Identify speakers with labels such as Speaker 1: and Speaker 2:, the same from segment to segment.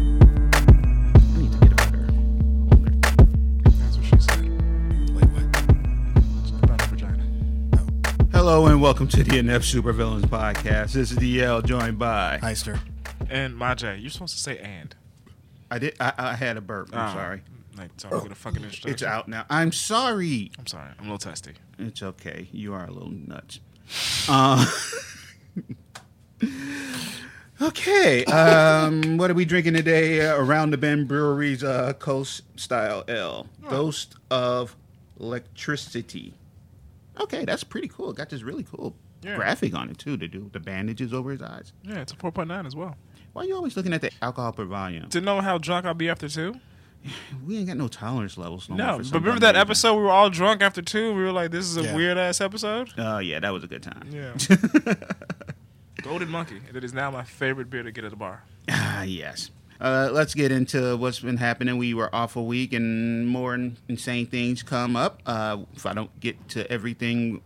Speaker 1: I need to get a better holder.
Speaker 2: That's what she said. Like what?
Speaker 1: About a vagina.
Speaker 3: Hello and welcome to the Inept Supervillains Podcast. This is DL joined by
Speaker 2: Heister.
Speaker 1: And my J, you're supposed to say and.
Speaker 3: I did I, I had a burp. I'm
Speaker 1: Ah.
Speaker 3: sorry.
Speaker 1: Like, so I'm gonna fucking instruction.
Speaker 3: It's out now. I'm sorry.
Speaker 1: I'm sorry. I'm a little testy.
Speaker 3: It's okay. You are a little nuts. Uh, okay. Um, what are we drinking today? Uh, Around the Bend Brewery's uh, Coast Style L, Ghost of Electricity. Okay, that's pretty cool. Got this really cool
Speaker 1: Yeah.
Speaker 3: graphic on it too. To do with the bandages over his eyes.
Speaker 1: Yeah, it's a 4.9 as well.
Speaker 3: Why are you always looking at the alcohol per volume?
Speaker 1: To know how drunk I'll be after two?
Speaker 3: We ain't got no tolerance levels. No,
Speaker 1: No,
Speaker 3: more for
Speaker 1: but
Speaker 3: some dumb
Speaker 1: remember that
Speaker 3: reason.
Speaker 1: episode we were all drunk after two? We were like, this is a
Speaker 2: Yeah.
Speaker 1: weird ass episode?
Speaker 3: Oh yeah, that was a good time.
Speaker 1: Yeah. Golden Monkey. It is now my favorite beer to get at the bar.
Speaker 3: Ah, yes. Uh, let's get into what's been happening. We were off a week, and more in- insane things come up. Uh, if I don't get to everything,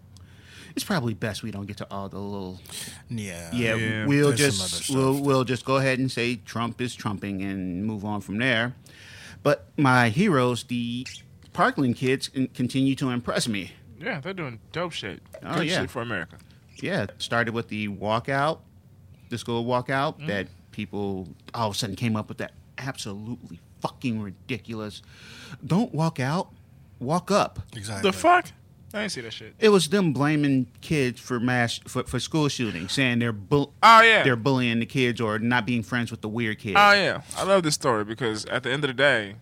Speaker 3: it's probably best we don't get to all the little.
Speaker 2: Yeah.
Speaker 3: Yeah,
Speaker 1: yeah,
Speaker 3: we'll
Speaker 2: there's some other
Speaker 3: just
Speaker 2: stuff
Speaker 3: we'll we'll just go ahead and say Trump is trumping and move on from there. But my heroes, the Parkland kids, con- continue to impress me.
Speaker 1: Yeah, they're doing dope shit.
Speaker 3: Oh,
Speaker 1: Good
Speaker 3: yeah.
Speaker 1: shit for America.
Speaker 3: Yeah, it started with the walkout, the school walkout
Speaker 1: Mm.
Speaker 3: that people all of a sudden came up with that absolutely fucking ridiculous. Don't walk out, walk up.
Speaker 2: Exactly.
Speaker 1: The fuck? I didn't see that shit.
Speaker 3: It was them blaming kids for mass for, for school shootings, saying they're bu-
Speaker 1: Oh, yeah.
Speaker 3: they're bullying the kids or not being friends with the weird kids.
Speaker 1: Oh yeah, I love this story because at the end of the day,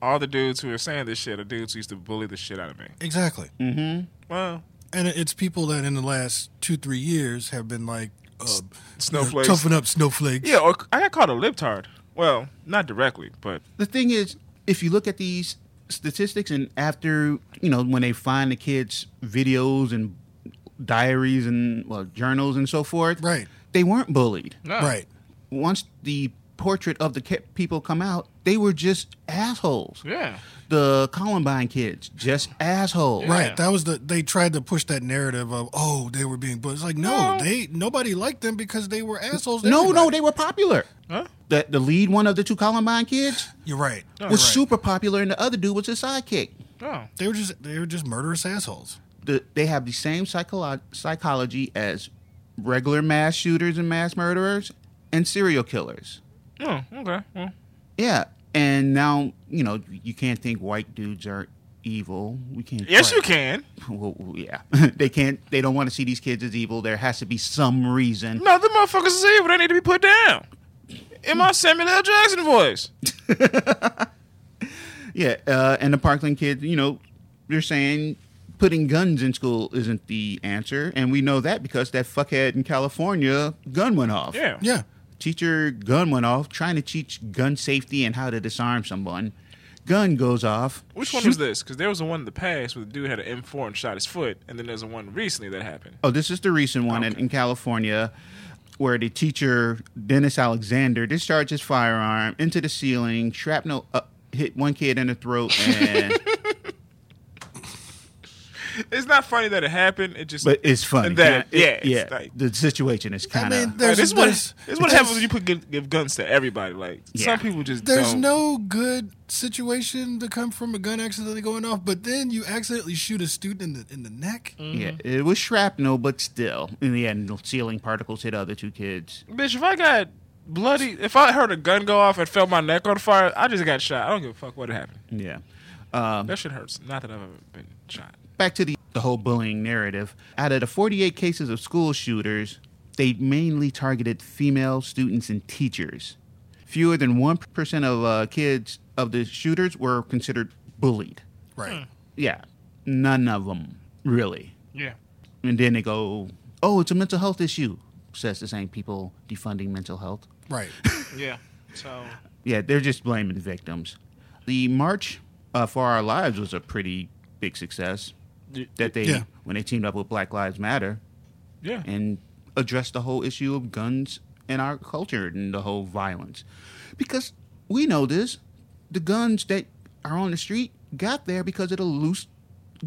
Speaker 1: all the dudes who are saying this shit are dudes who used to bully the shit out of me.
Speaker 2: Exactly.
Speaker 1: Mm. Well,
Speaker 2: And it- it's people that in the last two, three years have been like, uh, you know,
Speaker 1: Snowflakes.
Speaker 2: toughen up, snowflakes.
Speaker 1: yeah, or I got called a libtard. Well, not directly, but
Speaker 3: the thing is, if you look at these statistics and after you know when they find the kids' videos and diaries and well journals and so forth,
Speaker 2: Right.
Speaker 3: They weren't bullied.
Speaker 1: no.
Speaker 2: Right.
Speaker 3: Once the portrait of the ki- people come out, they were just assholes.
Speaker 1: Yeah,
Speaker 3: The Columbine kids, just assholes.
Speaker 2: Right. That was the they tried to push that narrative of oh they were being but it's like no, they nobody liked them because they were assholes. to
Speaker 3: No, no,
Speaker 2: everybody.
Speaker 3: they were popular.
Speaker 1: Huh?
Speaker 3: The the lead one of the two Columbine kids
Speaker 2: You're right. You're
Speaker 3: was
Speaker 2: right.
Speaker 3: super popular, and the other dude was his sidekick.
Speaker 1: no,
Speaker 2: They were just they were just murderous assholes.
Speaker 3: the, they have the same psycholo- psychology as regular mass shooters and mass murderers and serial killers.
Speaker 1: no. Oh, Okay, well,
Speaker 3: Yeah, and now you know you can't think white dudes are evil. We can't.
Speaker 1: yes, you can.
Speaker 3: Well, well, yeah, they can't. They don't want to see these kids as evil. There has to be some reason.
Speaker 1: No, the motherfuckers is evil. They need to be put down. In my Samuel L. Jackson voice.
Speaker 3: Yeah, uh, and the Parkland kids, you know, they're saying putting guns in school isn't the answer, and we know that because that fuckhead in California gun went off.
Speaker 1: Yeah,
Speaker 2: Yeah.
Speaker 3: Teacher gun went off, trying to teach gun safety and how to disarm someone. Gun goes off.
Speaker 1: Which one was this? Because there was the one in the past where the dude had an M4 and shot his foot, and then there's the one recently that happened.
Speaker 3: Oh, this is the recent one in, in California where the teacher, Dennis Alexander, discharged his firearm into the ceiling, shrapnel uh, hit one kid in the throat, and,
Speaker 1: It's not funny that it happened. It just
Speaker 3: but it's funny.
Speaker 1: And that-
Speaker 3: Kinda- it-
Speaker 1: yeah, it's like-
Speaker 3: the situation is kind
Speaker 2: I
Speaker 3: of.
Speaker 2: mean, there's
Speaker 1: Like, this, is what,
Speaker 2: there's-
Speaker 1: this is what happens when you put give, give guns to everybody. Like
Speaker 3: Yeah.
Speaker 1: some people just
Speaker 2: There's
Speaker 1: don't.
Speaker 2: no good situation to come from a gun accidentally going off, but then you accidentally shoot a student in the in the neck.
Speaker 3: Yeah, it was shrapnel, but still, in the end, the ceiling particles hit other two kids.
Speaker 1: bitch. If I got bloody, if I heard a gun go off and felt my neck on fire, I just got shot. I don't give a fuck what happened.
Speaker 3: Yeah. Um,
Speaker 1: That shit hurts. Not that I've ever been shot.
Speaker 3: back to the, the whole bullying narrative. Out of the 48 cases of school shooters, they mainly targeted female students and teachers. Fewer than 1% of uh, kids of the shooters were considered bullied.
Speaker 2: Right.
Speaker 3: Yeah, none of them, really.
Speaker 1: Yeah.
Speaker 3: And then they go, oh, it's a mental health issue, says the same people defunding mental health.
Speaker 2: Right.
Speaker 1: Yeah. So
Speaker 3: Yeah, they're just blaming the victims. The March uh, for Our Lives was a pretty big success. that they
Speaker 2: Yeah.
Speaker 3: when they teamed up with Black Lives Matter
Speaker 1: Yeah.
Speaker 3: and addressed the whole issue of guns in our culture and the whole violence. Because we know this, the guns that are on the street got there because of the loose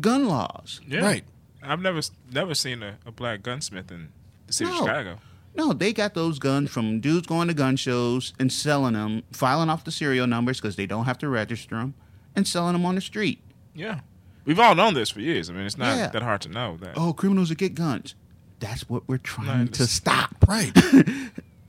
Speaker 3: gun laws.
Speaker 1: Yeah.
Speaker 2: Right.
Speaker 1: I've never never seen a, a black gunsmith in the city of
Speaker 3: No.
Speaker 1: Chicago.
Speaker 3: No, they got those guns from dudes going to gun shows and selling them, filing off the serial numbers because they don't have to register them, and selling them on the street.
Speaker 1: Yeah. We've all known this for years. I mean, it's not
Speaker 3: Yeah.
Speaker 1: that hard to know that.
Speaker 3: Oh, criminals that get guns. That's what we're trying
Speaker 1: Nice.
Speaker 3: to stop.
Speaker 2: Right.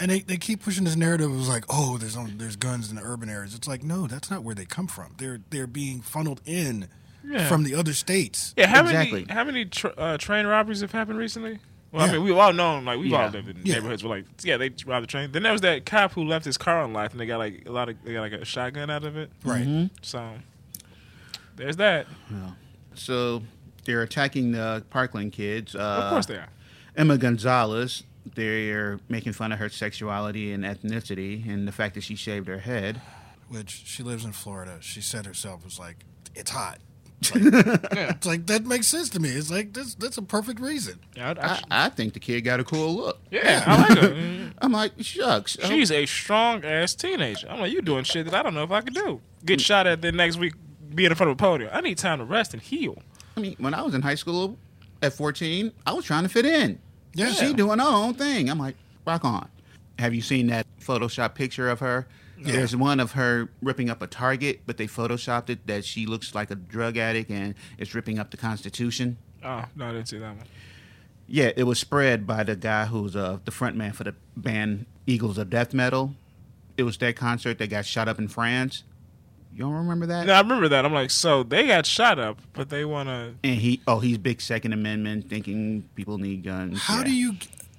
Speaker 2: and they, they keep pushing this narrative of like, oh, there's only, there's guns in the urban areas. It's like, no, that's not where they come from. They're they're being funneled in
Speaker 1: Yeah.
Speaker 2: from the other states.
Speaker 1: Yeah, how
Speaker 3: Exactly.
Speaker 1: many how many tra- uh, train robberies have happened recently? Well, I
Speaker 2: Yeah.
Speaker 1: mean, we've all known, like, we've
Speaker 3: Yeah.
Speaker 1: all lived in
Speaker 2: Yeah.
Speaker 1: neighborhoods where, like, yeah, they robbed the train. Then there was that cop who left his car unlocked, and they got like a lot of, they got like a shotgun out of it.
Speaker 2: Right.
Speaker 1: So there's that.
Speaker 3: So they're attacking the Parkland kids. Uh,
Speaker 1: of course they are.
Speaker 3: Emma Gonzalez. They're making fun of her sexuality and ethnicity and the fact that she shaved her head.
Speaker 2: Which she lives in Florida. She said herself was like, it's hot. It's like, it's like, that makes sense to me. It's like that's that's a perfect reason.
Speaker 1: Yeah, I, I-
Speaker 3: I, I think the kid got a cool look.
Speaker 1: yeah, I like her. Mm.
Speaker 3: I'm like, shucks. Oh,
Speaker 1: She's a strong ass teenager. I'm like, you doing shit that I don't know if I could do. Get shot at the next week, being in front of a podium. I need time to rest and heal.
Speaker 3: I mean, when I was in high school at 14, I was trying to fit in.
Speaker 2: Yeah.
Speaker 3: She doing her own thing. I'm like, rock on. Have you seen that Photoshop picture of her? There's one of her ripping up a target, but they photoshopped it that she looks like a drug addict and is ripping up the Constitution.
Speaker 1: Oh no, I didn't see that one.
Speaker 3: Yeah, it was spread by the guy who's uh, the front man for the band Eagles of Death Metal. It was that concert that got shot up in France. You don't remember that?
Speaker 1: No, I remember that. I'm like, so they got shot up, but they want to.
Speaker 3: And he, oh, he's big Second Amendment, thinking people need guns.
Speaker 2: How
Speaker 3: Yeah.
Speaker 2: do you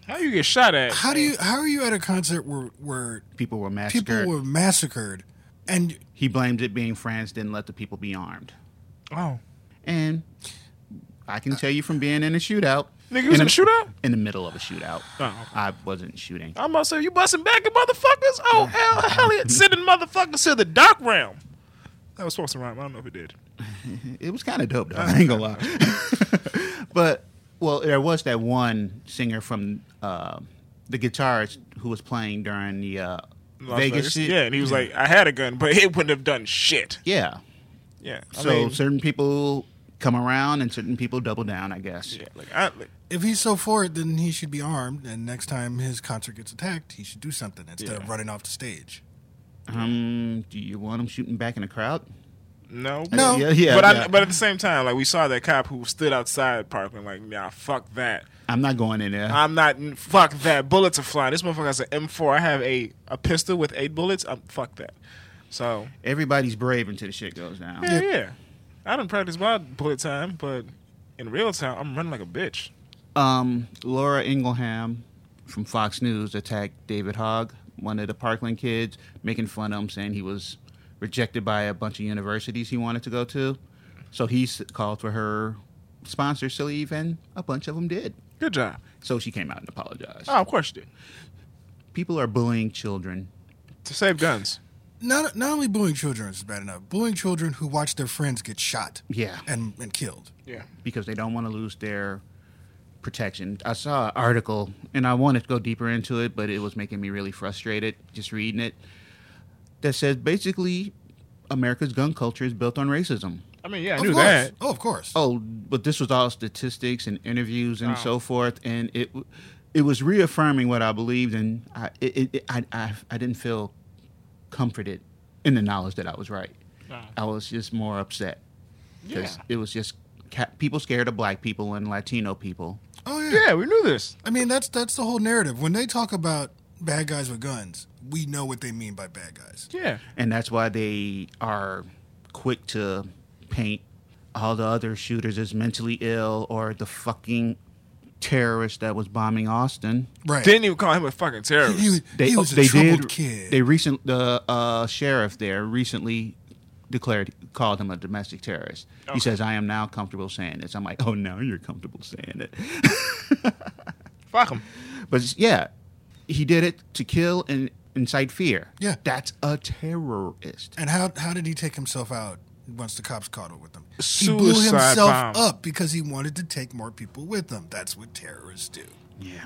Speaker 1: How you get shot at?
Speaker 2: how do you how are you at a concert where where
Speaker 3: People were massacred.
Speaker 2: people were massacred and
Speaker 3: He blames it being France didn't let the people be armed.
Speaker 1: Oh.
Speaker 3: And I can tell you from being in a shootout.
Speaker 1: Nigga, you was in a shootout?
Speaker 3: In the middle of a shootout.
Speaker 1: Oh, okay. Oh.
Speaker 3: I wasn't shooting.
Speaker 1: I'm about to say, you busting back at motherfuckers? Oh, hell, Elliot sending motherfuckers to the dark realm. That was supposed to rhyme. I don't know if it did.
Speaker 3: It was kind of dope, though. I ain't gonna lie. but well, there was that one singer from uh, the guitarist who was playing during the uh,
Speaker 1: Las
Speaker 3: Vegas. shit.
Speaker 1: Yeah, and he was like, I had a gun, but it wouldn't have done shit.
Speaker 3: yeah.
Speaker 1: Yeah. I
Speaker 3: So
Speaker 1: mean,
Speaker 3: certain people come around and certain people double down. I guess.
Speaker 1: yeah, like, I, like,
Speaker 2: if he's so for it, then he should be armed. And next time his concert gets attacked, he should do something instead
Speaker 1: Yeah.
Speaker 2: of running off the stage.
Speaker 3: Um, do you want them shooting back in the crowd?
Speaker 1: no.
Speaker 2: No.
Speaker 3: Yeah, yeah.
Speaker 1: but,
Speaker 3: yeah.
Speaker 1: I, but at the same time, like, we saw that cop who stood outside Parkland, like, nah, fuck that.
Speaker 3: I'm not going in there.
Speaker 1: I'm not, fuck that. Bullets are flying. This motherfucker has an M4. I have a, a pistol with eight bullets. Um, fuck that. So,
Speaker 3: Everybody's brave until the shit goes down.
Speaker 1: Yeah, yeah. I didn't practice my bullet time, but in real time, I'm running like a bitch.
Speaker 3: Um, Laura Ingleham from Fox News attacked David Hogg, one of the Parkland kids, making fun of him, saying he was rejected by a bunch of universities he wanted to go to. So he s- called for her sponsors to leave, and a bunch of them did.
Speaker 1: Good job.
Speaker 3: So she came out and apologized.
Speaker 1: Oh, of course you did.
Speaker 3: People are bullying children.
Speaker 1: To save guns.
Speaker 2: Not not only bullying children is bad enough, bullying children who watch their friends get shot,
Speaker 3: Yeah.
Speaker 2: and and killed.
Speaker 1: Yeah.
Speaker 3: because they don't want to lose their protection. I saw an article and I wanted to go deeper into it, but it was making me really frustrated just reading it. That says basically America's gun culture is built on racism.
Speaker 1: I mean, yeah, I
Speaker 2: of
Speaker 1: knew
Speaker 2: course.
Speaker 1: that.
Speaker 2: Oh, of course.
Speaker 3: Oh, but this was all statistics and interviews and so forth, and it w- it was reaffirming what I believed, and I it, it, I, I I didn't feel comforted in the knowledge that I was right.
Speaker 1: Ah.
Speaker 3: I was just more upset because
Speaker 1: Yeah.
Speaker 3: it was just ca- people scared of black people and Latino people.
Speaker 2: Oh yeah.
Speaker 1: Yeah, we knew this.
Speaker 2: I mean, that's that's the whole narrative. When they talk about bad guys with guns, we know what they mean by bad guys.
Speaker 1: Yeah.
Speaker 3: and that's why they are quick to paint all the other shooters as mentally ill or the fucking terrorist that was bombing Austin.
Speaker 2: Right.
Speaker 1: Didn't even call him a fucking terrorist.
Speaker 2: he,
Speaker 3: They
Speaker 2: he was a
Speaker 3: they
Speaker 2: troubled
Speaker 3: did
Speaker 2: kid.
Speaker 3: they recent the uh, sheriff there recently declared called him a domestic terrorist. He says I am now comfortable saying this. I'm like, "Oh, now you're comfortable saying it."
Speaker 1: Fuck him.
Speaker 3: But it's- yeah, he did it to kill and incite fear.
Speaker 2: Yeah.
Speaker 3: That's a terrorist.
Speaker 2: and how how did he take himself out once the cops caught up with him. he blew
Speaker 1: Suicide
Speaker 2: himself
Speaker 1: bomb.
Speaker 2: up because he wanted to take more people with him. That's what terrorists do.
Speaker 3: Yeah.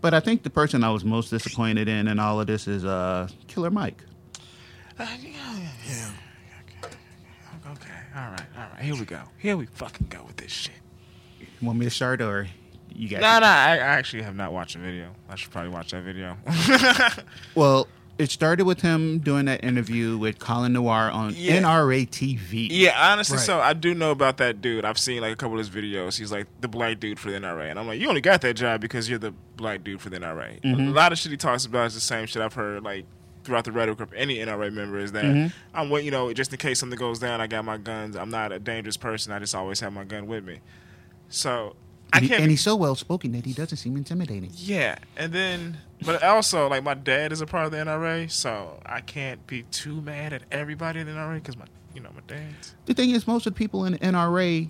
Speaker 3: But I think the person I was most disappointed in in all of this is uh, Killer Mike.
Speaker 2: Yeah.
Speaker 1: Okay, all right, all right. Here we go. Here we fucking go with this shit.
Speaker 3: Want me to start or you got
Speaker 1: Nah, nah. I, I actually have not watched the video. I should probably watch that video.
Speaker 3: Well, it started with him doing that interview with Colin Noir on
Speaker 1: Yeah.
Speaker 3: NRA TV.
Speaker 1: yeah, honestly,
Speaker 2: Right.
Speaker 1: so I do know about that dude. I've seen like a couple of his videos. He's like the black dude for the NRA, and I'm like, you only got that job because you're the black dude for the NRA. A lot of shit he talks about is the same shit I've heard like throughout the rhetoric of any NRA member is that I'm wait, you know, just in case something goes down, I got my guns. I'm not a dangerous person. I just always have my gun with me. So I
Speaker 3: And, he-
Speaker 1: can't.
Speaker 3: and
Speaker 1: be-
Speaker 3: he's so well spoken that he doesn't seem intimidating.
Speaker 1: Yeah, and then, but also like my dad is a part of the NRA, so I can't be too mad at everybody in the NRA because my, you know, my dad's.
Speaker 3: The thing is, most of the people in the NRA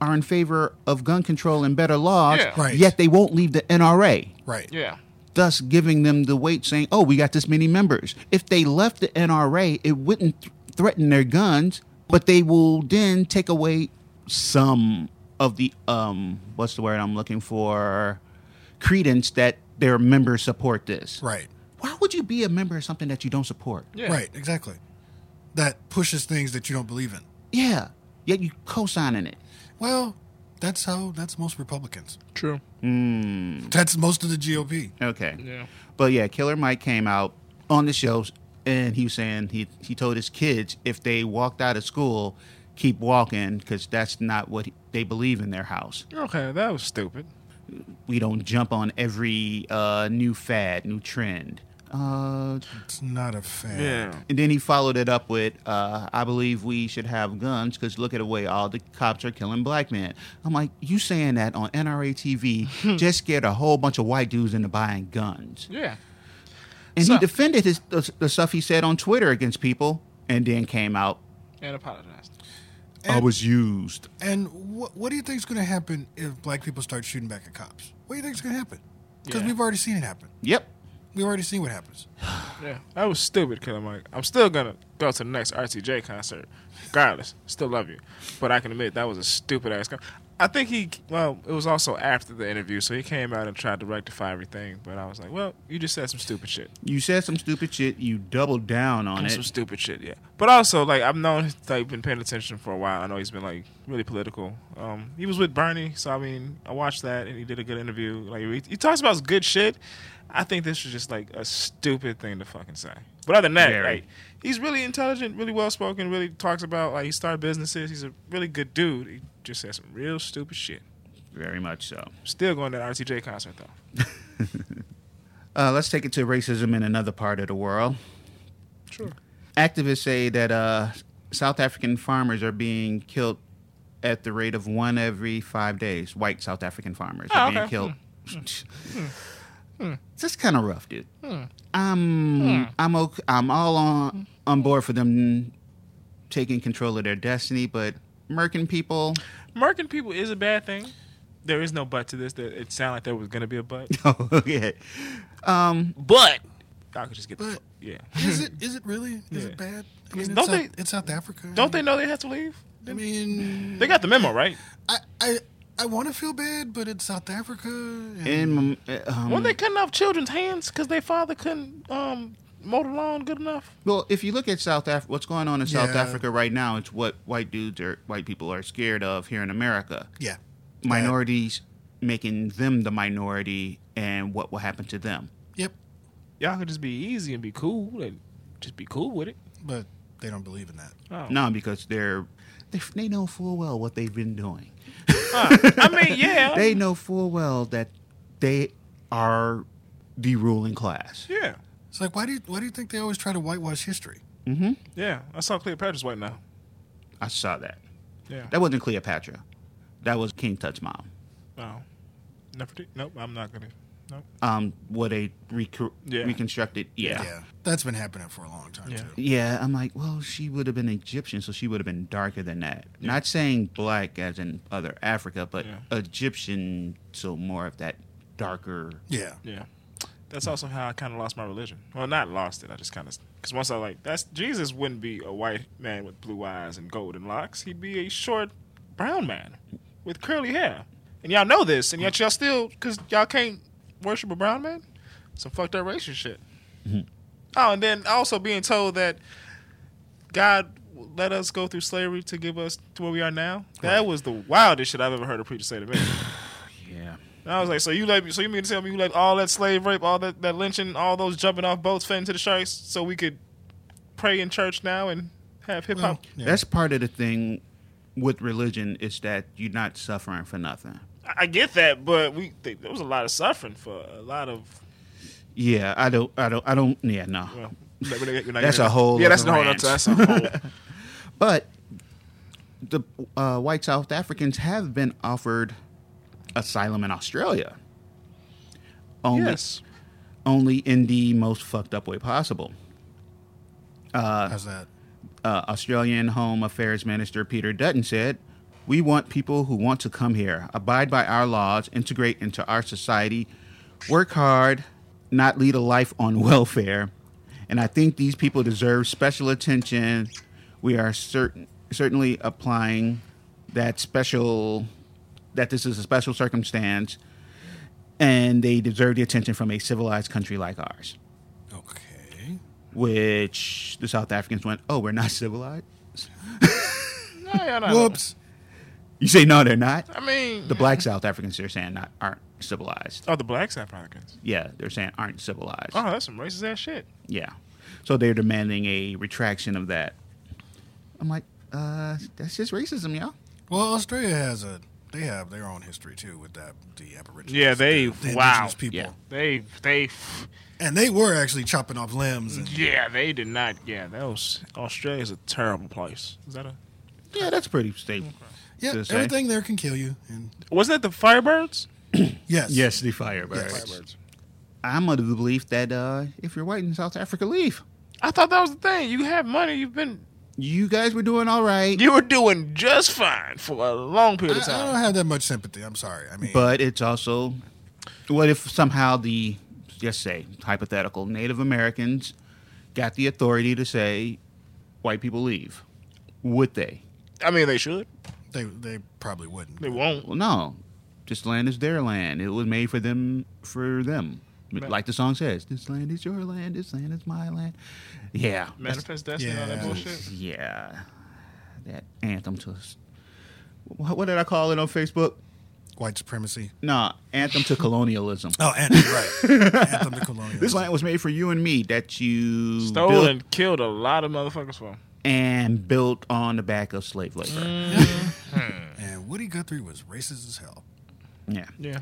Speaker 3: are in favor of gun control and better laws,
Speaker 1: Yeah.
Speaker 2: Right.
Speaker 3: yet they won't leave the NRA,
Speaker 2: Right.
Speaker 1: Yeah,
Speaker 3: thus giving them the weight saying, oh, we got this many members. If they left the NRA, it wouldn't th- threaten their guns, but they will then take away some of the, um, what's the word I'm looking for, credence that their members support this.
Speaker 2: Right.
Speaker 3: Why would you be a member of something that you don't support?
Speaker 1: yeah,
Speaker 2: Right. Exactly. That pushes things that you don't believe in.
Speaker 3: Yeah, yet you co-signing it.
Speaker 2: Well, that's how. That's most Republicans.
Speaker 1: true.
Speaker 2: That's most of the GOP.
Speaker 3: Okay.
Speaker 1: Yeah.
Speaker 3: But yeah, Killer Mike came out on the shows and he was saying he he told his kids if they walked out of school, keep walking because that's not what they believe in their house.
Speaker 1: Okay, that was stupid.
Speaker 3: We don't jump on every uh, new fad, new trend. Uh,
Speaker 2: It's not a fan.
Speaker 1: Yeah,
Speaker 3: and then he followed it up with, uh, "I believe we should have guns because look at the way all the cops are killing black men." I'm like, you saying that on NRA TV just scared a whole bunch of white dudes into buying guns.
Speaker 1: yeah.
Speaker 3: And
Speaker 1: So-
Speaker 3: he defended his the, the stuff he said on Twitter against people, and then came out.
Speaker 1: And apologized.
Speaker 2: I
Speaker 3: was used.
Speaker 2: And what what do you think is going to happen if black people start shooting back at cops? What do you think is going to happen? Because
Speaker 1: Yeah.
Speaker 2: we've already seen it happen.
Speaker 3: Yep.
Speaker 2: We've already seen what happens.
Speaker 1: Yeah, that was stupid, Killer Mike. I'm still gonna go to the next RCJ concert, regardless. Still love you, but I can admit that was a stupid ass. Con- I think he. Well, it was also after the interview, so he came out and tried to rectify everything. But I was like, well, you just said some stupid shit.
Speaker 3: You said some stupid shit. You doubled down on
Speaker 1: Some
Speaker 3: it.
Speaker 1: stupid shit, yeah. But also, like I've known, like been paying attention for a while. I know he's been like really political. Um, he was with Bernie, so I mean, I watched that and he did a good interview. Like he, he talks about good shit. I think this was just like a stupid thing to fucking say. But other than that,
Speaker 3: Very.
Speaker 1: like he's really intelligent, really well spoken, really talks about like he started businesses. He's a really good dude. He just said some real stupid shit.
Speaker 3: Very much so.
Speaker 1: Still going to that RTJ concert though.
Speaker 3: Uh, let's take it to racism in another part of the world.
Speaker 1: Sure.
Speaker 3: Activists say that uh, South African farmers are being killed at the rate of one every five days. White South African farmers are
Speaker 1: Oh,
Speaker 3: being
Speaker 1: okay. Hmm.
Speaker 3: killed. That's kind of rough, dude.
Speaker 1: Hmm.
Speaker 3: I'm I'm okay, I'm all on on board for them taking control of their destiny, but American people,
Speaker 1: Murking people is a bad thing. There is no but to this. There- It sounded like there was gonna be a but.
Speaker 3: oh yeah,
Speaker 1: But I could just get the
Speaker 2: But-
Speaker 1: fuck. Yeah.
Speaker 2: Is it? Is it really? Is
Speaker 1: Yeah.
Speaker 2: it bad? I mean,
Speaker 1: Don't
Speaker 2: it's, South,
Speaker 1: they-
Speaker 2: it's South Africa.
Speaker 1: Don't they know they have to leave?
Speaker 2: I mean,
Speaker 1: They got the memo, right?
Speaker 2: I I, I want to feel bad, but it's South Africa. And
Speaker 3: and
Speaker 1: Weren't
Speaker 3: um,
Speaker 1: they cutting off children's hands because their father couldn't um, mow the lawn good enough?
Speaker 3: well, if you look at South Africa, what's going on in South
Speaker 2: Yeah.
Speaker 3: Africa right now? It's what white dudes or white people are scared of here in America.
Speaker 2: yeah,
Speaker 3: Minorities making them the minority, and what will happen to them?
Speaker 2: Yep.
Speaker 1: Y'all could just be easy and be cool and just be cool with it.
Speaker 2: But they don't believe in that.
Speaker 1: Oh.
Speaker 3: No, because they're they, they know full well what they've been doing.
Speaker 1: I mean, yeah.
Speaker 3: they know full well that they are the ruling class.
Speaker 1: yeah.
Speaker 2: It's like why do you, why do you think they always try to whitewash history?
Speaker 1: Yeah. I saw Cleopatra's white now.
Speaker 3: I saw that.
Speaker 1: Yeah.
Speaker 3: That wasn't Cleopatra. That was King Tut's mom.
Speaker 1: oh. Never did. Nope. I'm not going to. Nope.
Speaker 3: Um, where they recru
Speaker 1: Yeah.
Speaker 3: reconstructed. Yeah. yeah.
Speaker 2: Yeah, that's been happening for a long time
Speaker 1: Yeah.
Speaker 2: too.
Speaker 3: I'm like, well, she would have been Egyptian, so she would have been darker than that. Not saying black as in other Africa, but
Speaker 1: Yeah.
Speaker 3: Egyptian, so more of that darker.
Speaker 2: Yeah,
Speaker 1: Yeah. That's also how I kind of lost my religion. Well, not lost it. I just kind of because once I like that's Jesus wouldn't be a white man with blue eyes and golden locks. He'd be a short brown man with curly hair. And y'all know this, and yet y'all still because y'all can't worship a brown man. Some fucked up racial shit. Oh, and then also being told that God let us go through slavery to give us to where we are now. That was the wildest shit I've ever heard a preacher say to me.
Speaker 3: Yeah.
Speaker 1: And I was like, so you let me, so you mean to tell me you let all that slave rape, all that, that lynching, all those jumping off boats, fed into the sharks, so we could pray in church now and have hip hop?
Speaker 2: Yeah.
Speaker 3: That's part of the thing with religion is that you're not suffering for nothing.
Speaker 1: I I get that, but we they, there was a lot of suffering for a lot of. uh,
Speaker 3: Yeah, I don't, I don't, I don't. Yeah, no.
Speaker 1: Well, we're not- we're not
Speaker 3: That's
Speaker 1: gonna-
Speaker 3: a whole
Speaker 1: Yeah, that's
Speaker 3: other
Speaker 1: a whole.
Speaker 3: rant.
Speaker 1: That's a whole.
Speaker 3: But the uh, white South Africans have been offered asylum in Australia. Only,
Speaker 1: yes,
Speaker 3: only in the most fucked up way possible.
Speaker 2: How's that?
Speaker 3: uh, Australian Home Affairs Minister Peter Dutton said, We want people who want to come here, abide by our laws, integrate into our society, work hard, not lead a life on welfare. And I think these people deserve special attention. We are certain, certainly applying that special, that this is a special circumstance, and they deserve the attention from a civilized country like ours
Speaker 2: Okay.
Speaker 3: which the South Africans went, "Oh, we're not civilized."
Speaker 1: no, yeah, no, no.
Speaker 2: Whoops.
Speaker 3: You say, "No, they're not."
Speaker 1: I mean,
Speaker 3: The black South Africans they're saying not, aren't civilized.
Speaker 1: oh, the black South Africans.
Speaker 3: Yeah, they're saying aren't civilized.
Speaker 1: Oh, that's some racist ass shit.
Speaker 3: Yeah, so they're demanding a retraction of that. I'm like, uh, that's just racism, y'all.
Speaker 2: Well, Australia has a. They have their own history too with that the Aboriginals.
Speaker 1: Yeah, they
Speaker 2: the indigenous
Speaker 1: wow.
Speaker 2: people,
Speaker 3: Yeah.
Speaker 1: They they
Speaker 2: and they were actually chopping off limbs. And,
Speaker 1: yeah they did not yeah that was Australia's a terrible place. Is that a
Speaker 3: Yeah, that's pretty stable.
Speaker 2: yeah,
Speaker 3: To say.
Speaker 2: everything there can kill you. And
Speaker 1: wasn't that the Firebirds?
Speaker 2: yes,
Speaker 3: Yes, the firebirds. I'm of the belief that uh, if you're white in South Africa, leave.
Speaker 1: I thought that was the thing. You have money. You've been
Speaker 3: You guys were doing all right,
Speaker 1: you were doing just fine for a long period of
Speaker 2: I, I don't
Speaker 1: time.
Speaker 2: have that much sympathy. I'm sorry. I mean,
Speaker 3: but it's also what if somehow the just say hypothetical Native Americans got the authority to say white people leave? Would they?
Speaker 1: I mean, they should.
Speaker 2: they they probably wouldn't.
Speaker 1: They won't.
Speaker 3: Well, no. This land is their land. It was made for them. For them, like the song says, "This land is your land. This land is my land." Yeah, that's-
Speaker 1: Manifest destiny, all that
Speaker 2: Yeah.
Speaker 1: bullshit.
Speaker 3: yeah. That anthem to us. What, what did I call it on Facebook?
Speaker 2: White supremacy.
Speaker 3: Nah, anthem to colonialism.
Speaker 2: Oh, and right, anthem to colonialism.
Speaker 3: This land was made for you and me that you
Speaker 1: Stole
Speaker 3: built
Speaker 1: and killed a lot of motherfuckers for. 'em.
Speaker 3: and built on the back of slave labor.
Speaker 1: Mm.
Speaker 2: and Woody Guthrie was racist as hell.
Speaker 3: Yeah.
Speaker 1: Yeah.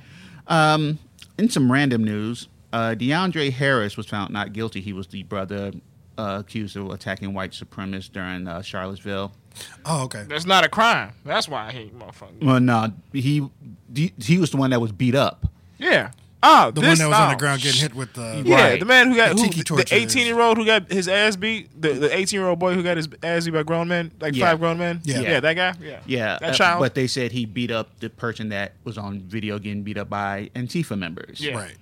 Speaker 3: Um, in some random news, uh, DeAndre Harris was found not guilty. He was the brother uh, accused of attacking white supremacists during uh, Charlottesville.
Speaker 2: Oh, okay.
Speaker 1: That's not a crime. That's why I hate motherfuckers.
Speaker 3: Well, no, he he was the one that was beat up.
Speaker 1: Yeah. Oh,
Speaker 2: The one that was on the ground getting hit with the
Speaker 1: Yeah,
Speaker 3: Right.
Speaker 1: the man who got
Speaker 2: The
Speaker 1: who,
Speaker 2: tiki
Speaker 1: the
Speaker 2: torches.
Speaker 1: eighteen year old who got his ass beat, the the eighteen year old boy who got his ass beat by grown men, like
Speaker 3: Yeah.
Speaker 1: five grown men.
Speaker 2: Yeah.
Speaker 1: yeah, that guy. Yeah,
Speaker 3: Yeah,
Speaker 1: that
Speaker 3: uh,
Speaker 1: child.
Speaker 3: But they said he beat up the person that was on video getting beat up by Antifa members.
Speaker 1: Yeah.
Speaker 2: right.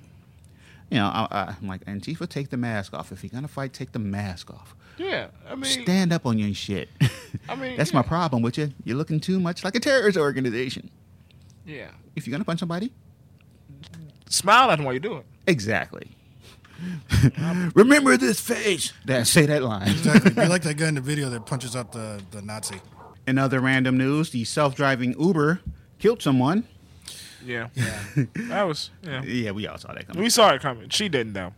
Speaker 3: You know, I, I, I'm like Antifa, take the mask off. If you're gonna fight, take the mask off.
Speaker 1: yeah, I mean,
Speaker 3: Stand up on your shit.
Speaker 1: I mean,
Speaker 3: That's
Speaker 1: yeah.
Speaker 3: my problem with you. You're looking too much like a terrorist organization.
Speaker 1: yeah.
Speaker 3: If you're gonna punch somebody,
Speaker 1: Smile at him while you do it.
Speaker 3: exactly. Remember this face. That say that line.
Speaker 2: Exactly. You're like that guy in the video that punches out the, the Nazi.
Speaker 3: In other random news, the self-driving Uber killed someone.
Speaker 1: Yeah, that was. Yeah, Hmm.
Speaker 3: Yeah, we all saw that coming.
Speaker 1: we saw it coming. She didn't though.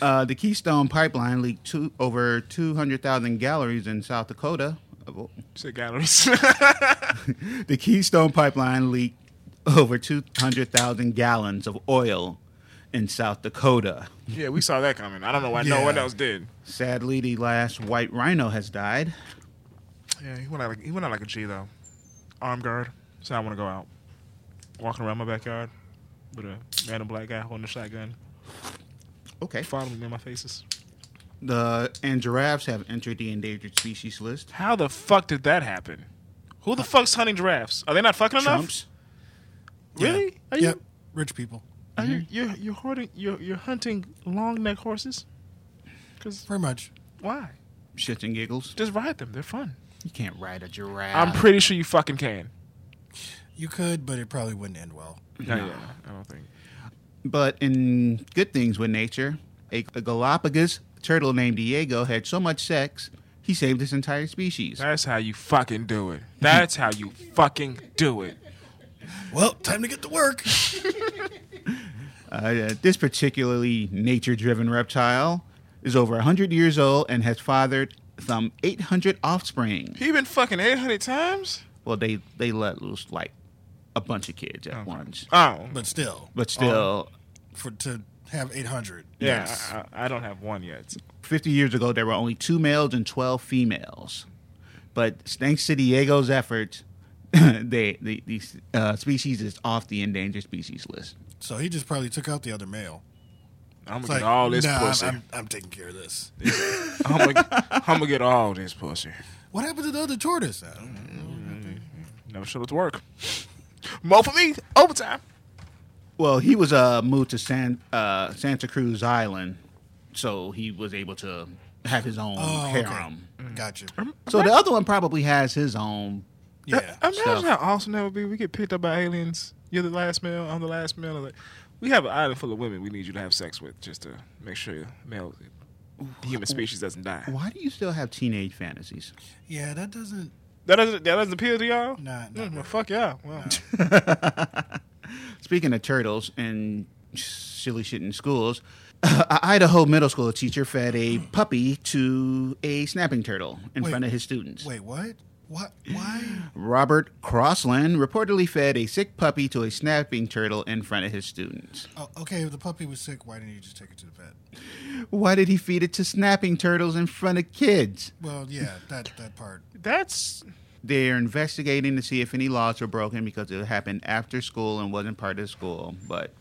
Speaker 3: Uh, the Keystone Pipeline leaked two, over 200,000 galleries in South Dakota.
Speaker 1: Shit galleries.
Speaker 3: The Keystone Pipeline leaked over 200,000 gallons of oil in South Dakota.
Speaker 1: yeah, we saw that coming. I don't know why no
Speaker 2: Yeah.
Speaker 1: one else did.
Speaker 3: Sadly, the last white rhino has died.
Speaker 1: Yeah, he went out like he went out like a G though. Arm guard. So I want to go out, walking around my backyard with a random black guy holding a shotgun,
Speaker 3: Okay.
Speaker 1: following me in my faces.
Speaker 3: The and giraffes have entered the endangered species list.
Speaker 1: How the fuck did that happen? Who the fuck's hunting giraffes? Are they not fucking enough?
Speaker 3: Chumps.
Speaker 1: Really?
Speaker 2: Yeah.
Speaker 1: Are you?
Speaker 2: Yep. Rich people.
Speaker 1: Are you you're you're hoarding you're you're hunting long neck horses? Because
Speaker 2: Pretty much.
Speaker 1: why?
Speaker 3: Shits and giggles.
Speaker 1: Just ride them. They're fun.
Speaker 3: You can't ride a giraffe.
Speaker 1: I'm pretty sure you fucking can.
Speaker 2: You could, but it probably wouldn't end well.
Speaker 1: No, yeah, I don't think.
Speaker 3: But in good things with nature, a, a Galapagos turtle named Diego had so much sex, he saved his entire species.
Speaker 1: That's how you fucking do it. That's how you fucking do it.
Speaker 2: Well, time to get to work.
Speaker 3: Uh, this particularly nature driven reptile is over 100 years old and has fathered some 800 offspring.
Speaker 1: He been fucking eight hundred times.
Speaker 3: Well, they, they let loose like a bunch of kids at once.
Speaker 1: Oh,
Speaker 2: But still,
Speaker 3: But still,
Speaker 2: for to have 800.
Speaker 1: yeah.
Speaker 2: that's-
Speaker 1: I, I I don't have one yet.
Speaker 3: 50 years ago, there were only two males and 12 females. But thanks to Diego's efforts, they, the, the uh, species is off the endangered species list.
Speaker 2: So he just probably took out the other male.
Speaker 1: I'm gonna
Speaker 2: It's
Speaker 1: get
Speaker 2: like,
Speaker 1: all this
Speaker 2: nah, I'm-
Speaker 1: pussy.
Speaker 2: I'm,
Speaker 1: I'm,
Speaker 2: I'm taking care of this.
Speaker 1: gonna, I'm gonna get all this pussy.
Speaker 2: What happened to the other tortoise? I don't know.
Speaker 1: Never showed up to work. More for me. Overtime.
Speaker 3: Well, he was uh, moved to San, uh, Santa Cruz Island, so he was able to have his own
Speaker 2: Oh, okay.
Speaker 3: harem.
Speaker 2: Gotcha.
Speaker 3: So the other one probably has his own.
Speaker 2: Yeah.
Speaker 1: Imagine
Speaker 3: Stuff.
Speaker 1: how awesome that would be. We get picked up by aliens. You're the last male. I'm the last male. Like, we have an island full of women. We need you to have sex with just to make sure your male the human species doesn't die.
Speaker 3: Why do you still have teenage fantasies?
Speaker 2: Yeah, that doesn't.
Speaker 1: That doesn't that doesn't appeal to y'all.
Speaker 2: Nah, not
Speaker 1: Mm, well,
Speaker 2: really.
Speaker 1: fuck yeah. Well,
Speaker 3: Speaking of turtles and silly shit in schools, a Idaho middle school teacher fed a puppy to a snapping turtle in
Speaker 2: Wait.
Speaker 3: front of his students.
Speaker 2: Wait, what? What? Why?
Speaker 3: Robert Crossland reportedly fed a sick puppy to a snapping turtle in front of his students.
Speaker 2: Oh, okay, if the puppy was sick, why didn't you just take it to the vet?
Speaker 3: Why did he feed it to snapping turtles in front of kids?
Speaker 2: Well, yeah, that that part.
Speaker 1: that's
Speaker 3: They're investigating to see if any laws were broken because it happened after school and wasn't part of school. But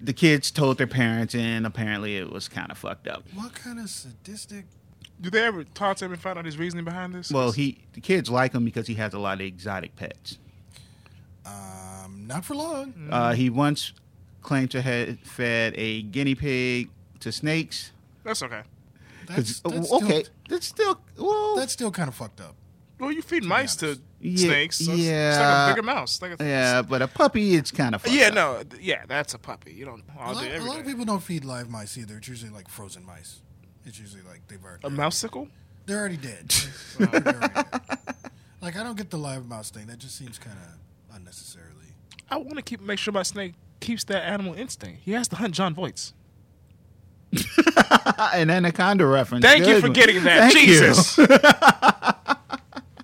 Speaker 3: the kids told their parents, and apparently it was kind of fucked up.
Speaker 2: What kind of sadistic?
Speaker 1: do they ever talk to him and find out his reasoning behind this?
Speaker 3: Well, he the kids like him because he has a lot of exotic pets.
Speaker 2: Um, not for long.
Speaker 1: Mm-hmm.
Speaker 3: Uh, he once claimed to have fed a guinea pig to snakes.
Speaker 1: that's okay.
Speaker 2: That's,
Speaker 3: 'Cause- oh,
Speaker 2: that's
Speaker 3: okay,
Speaker 2: Still,
Speaker 3: that's still well,
Speaker 2: that's still kind of fucked up.
Speaker 1: Well, you feed mice to
Speaker 3: Yeah,
Speaker 1: snakes. So yeah, it's,
Speaker 3: yeah.
Speaker 1: like a bigger mouse. It's Like a,
Speaker 3: yeah, but a puppy, it's kind of
Speaker 1: yeah, no, th- yeah, that's a puppy. You don't
Speaker 2: A
Speaker 1: all
Speaker 2: lot,
Speaker 1: day,
Speaker 2: a
Speaker 1: every
Speaker 2: lot
Speaker 1: day.
Speaker 2: of people don't feed live mice either. It's usually like frozen mice. It's usually like they've already
Speaker 1: a mouseicle.
Speaker 2: they're already dead. They're already dead. Like I don't get the live mouse thing. That just seems kind of unnecessarily.
Speaker 1: I want to keep make sure my snake keeps that animal instinct. He has to hunt John Voight's.
Speaker 3: Uh, an anaconda reference.
Speaker 1: Thank you
Speaker 3: Good
Speaker 1: for
Speaker 3: one.
Speaker 1: getting that.
Speaker 3: Thank you.
Speaker 1: Jesus.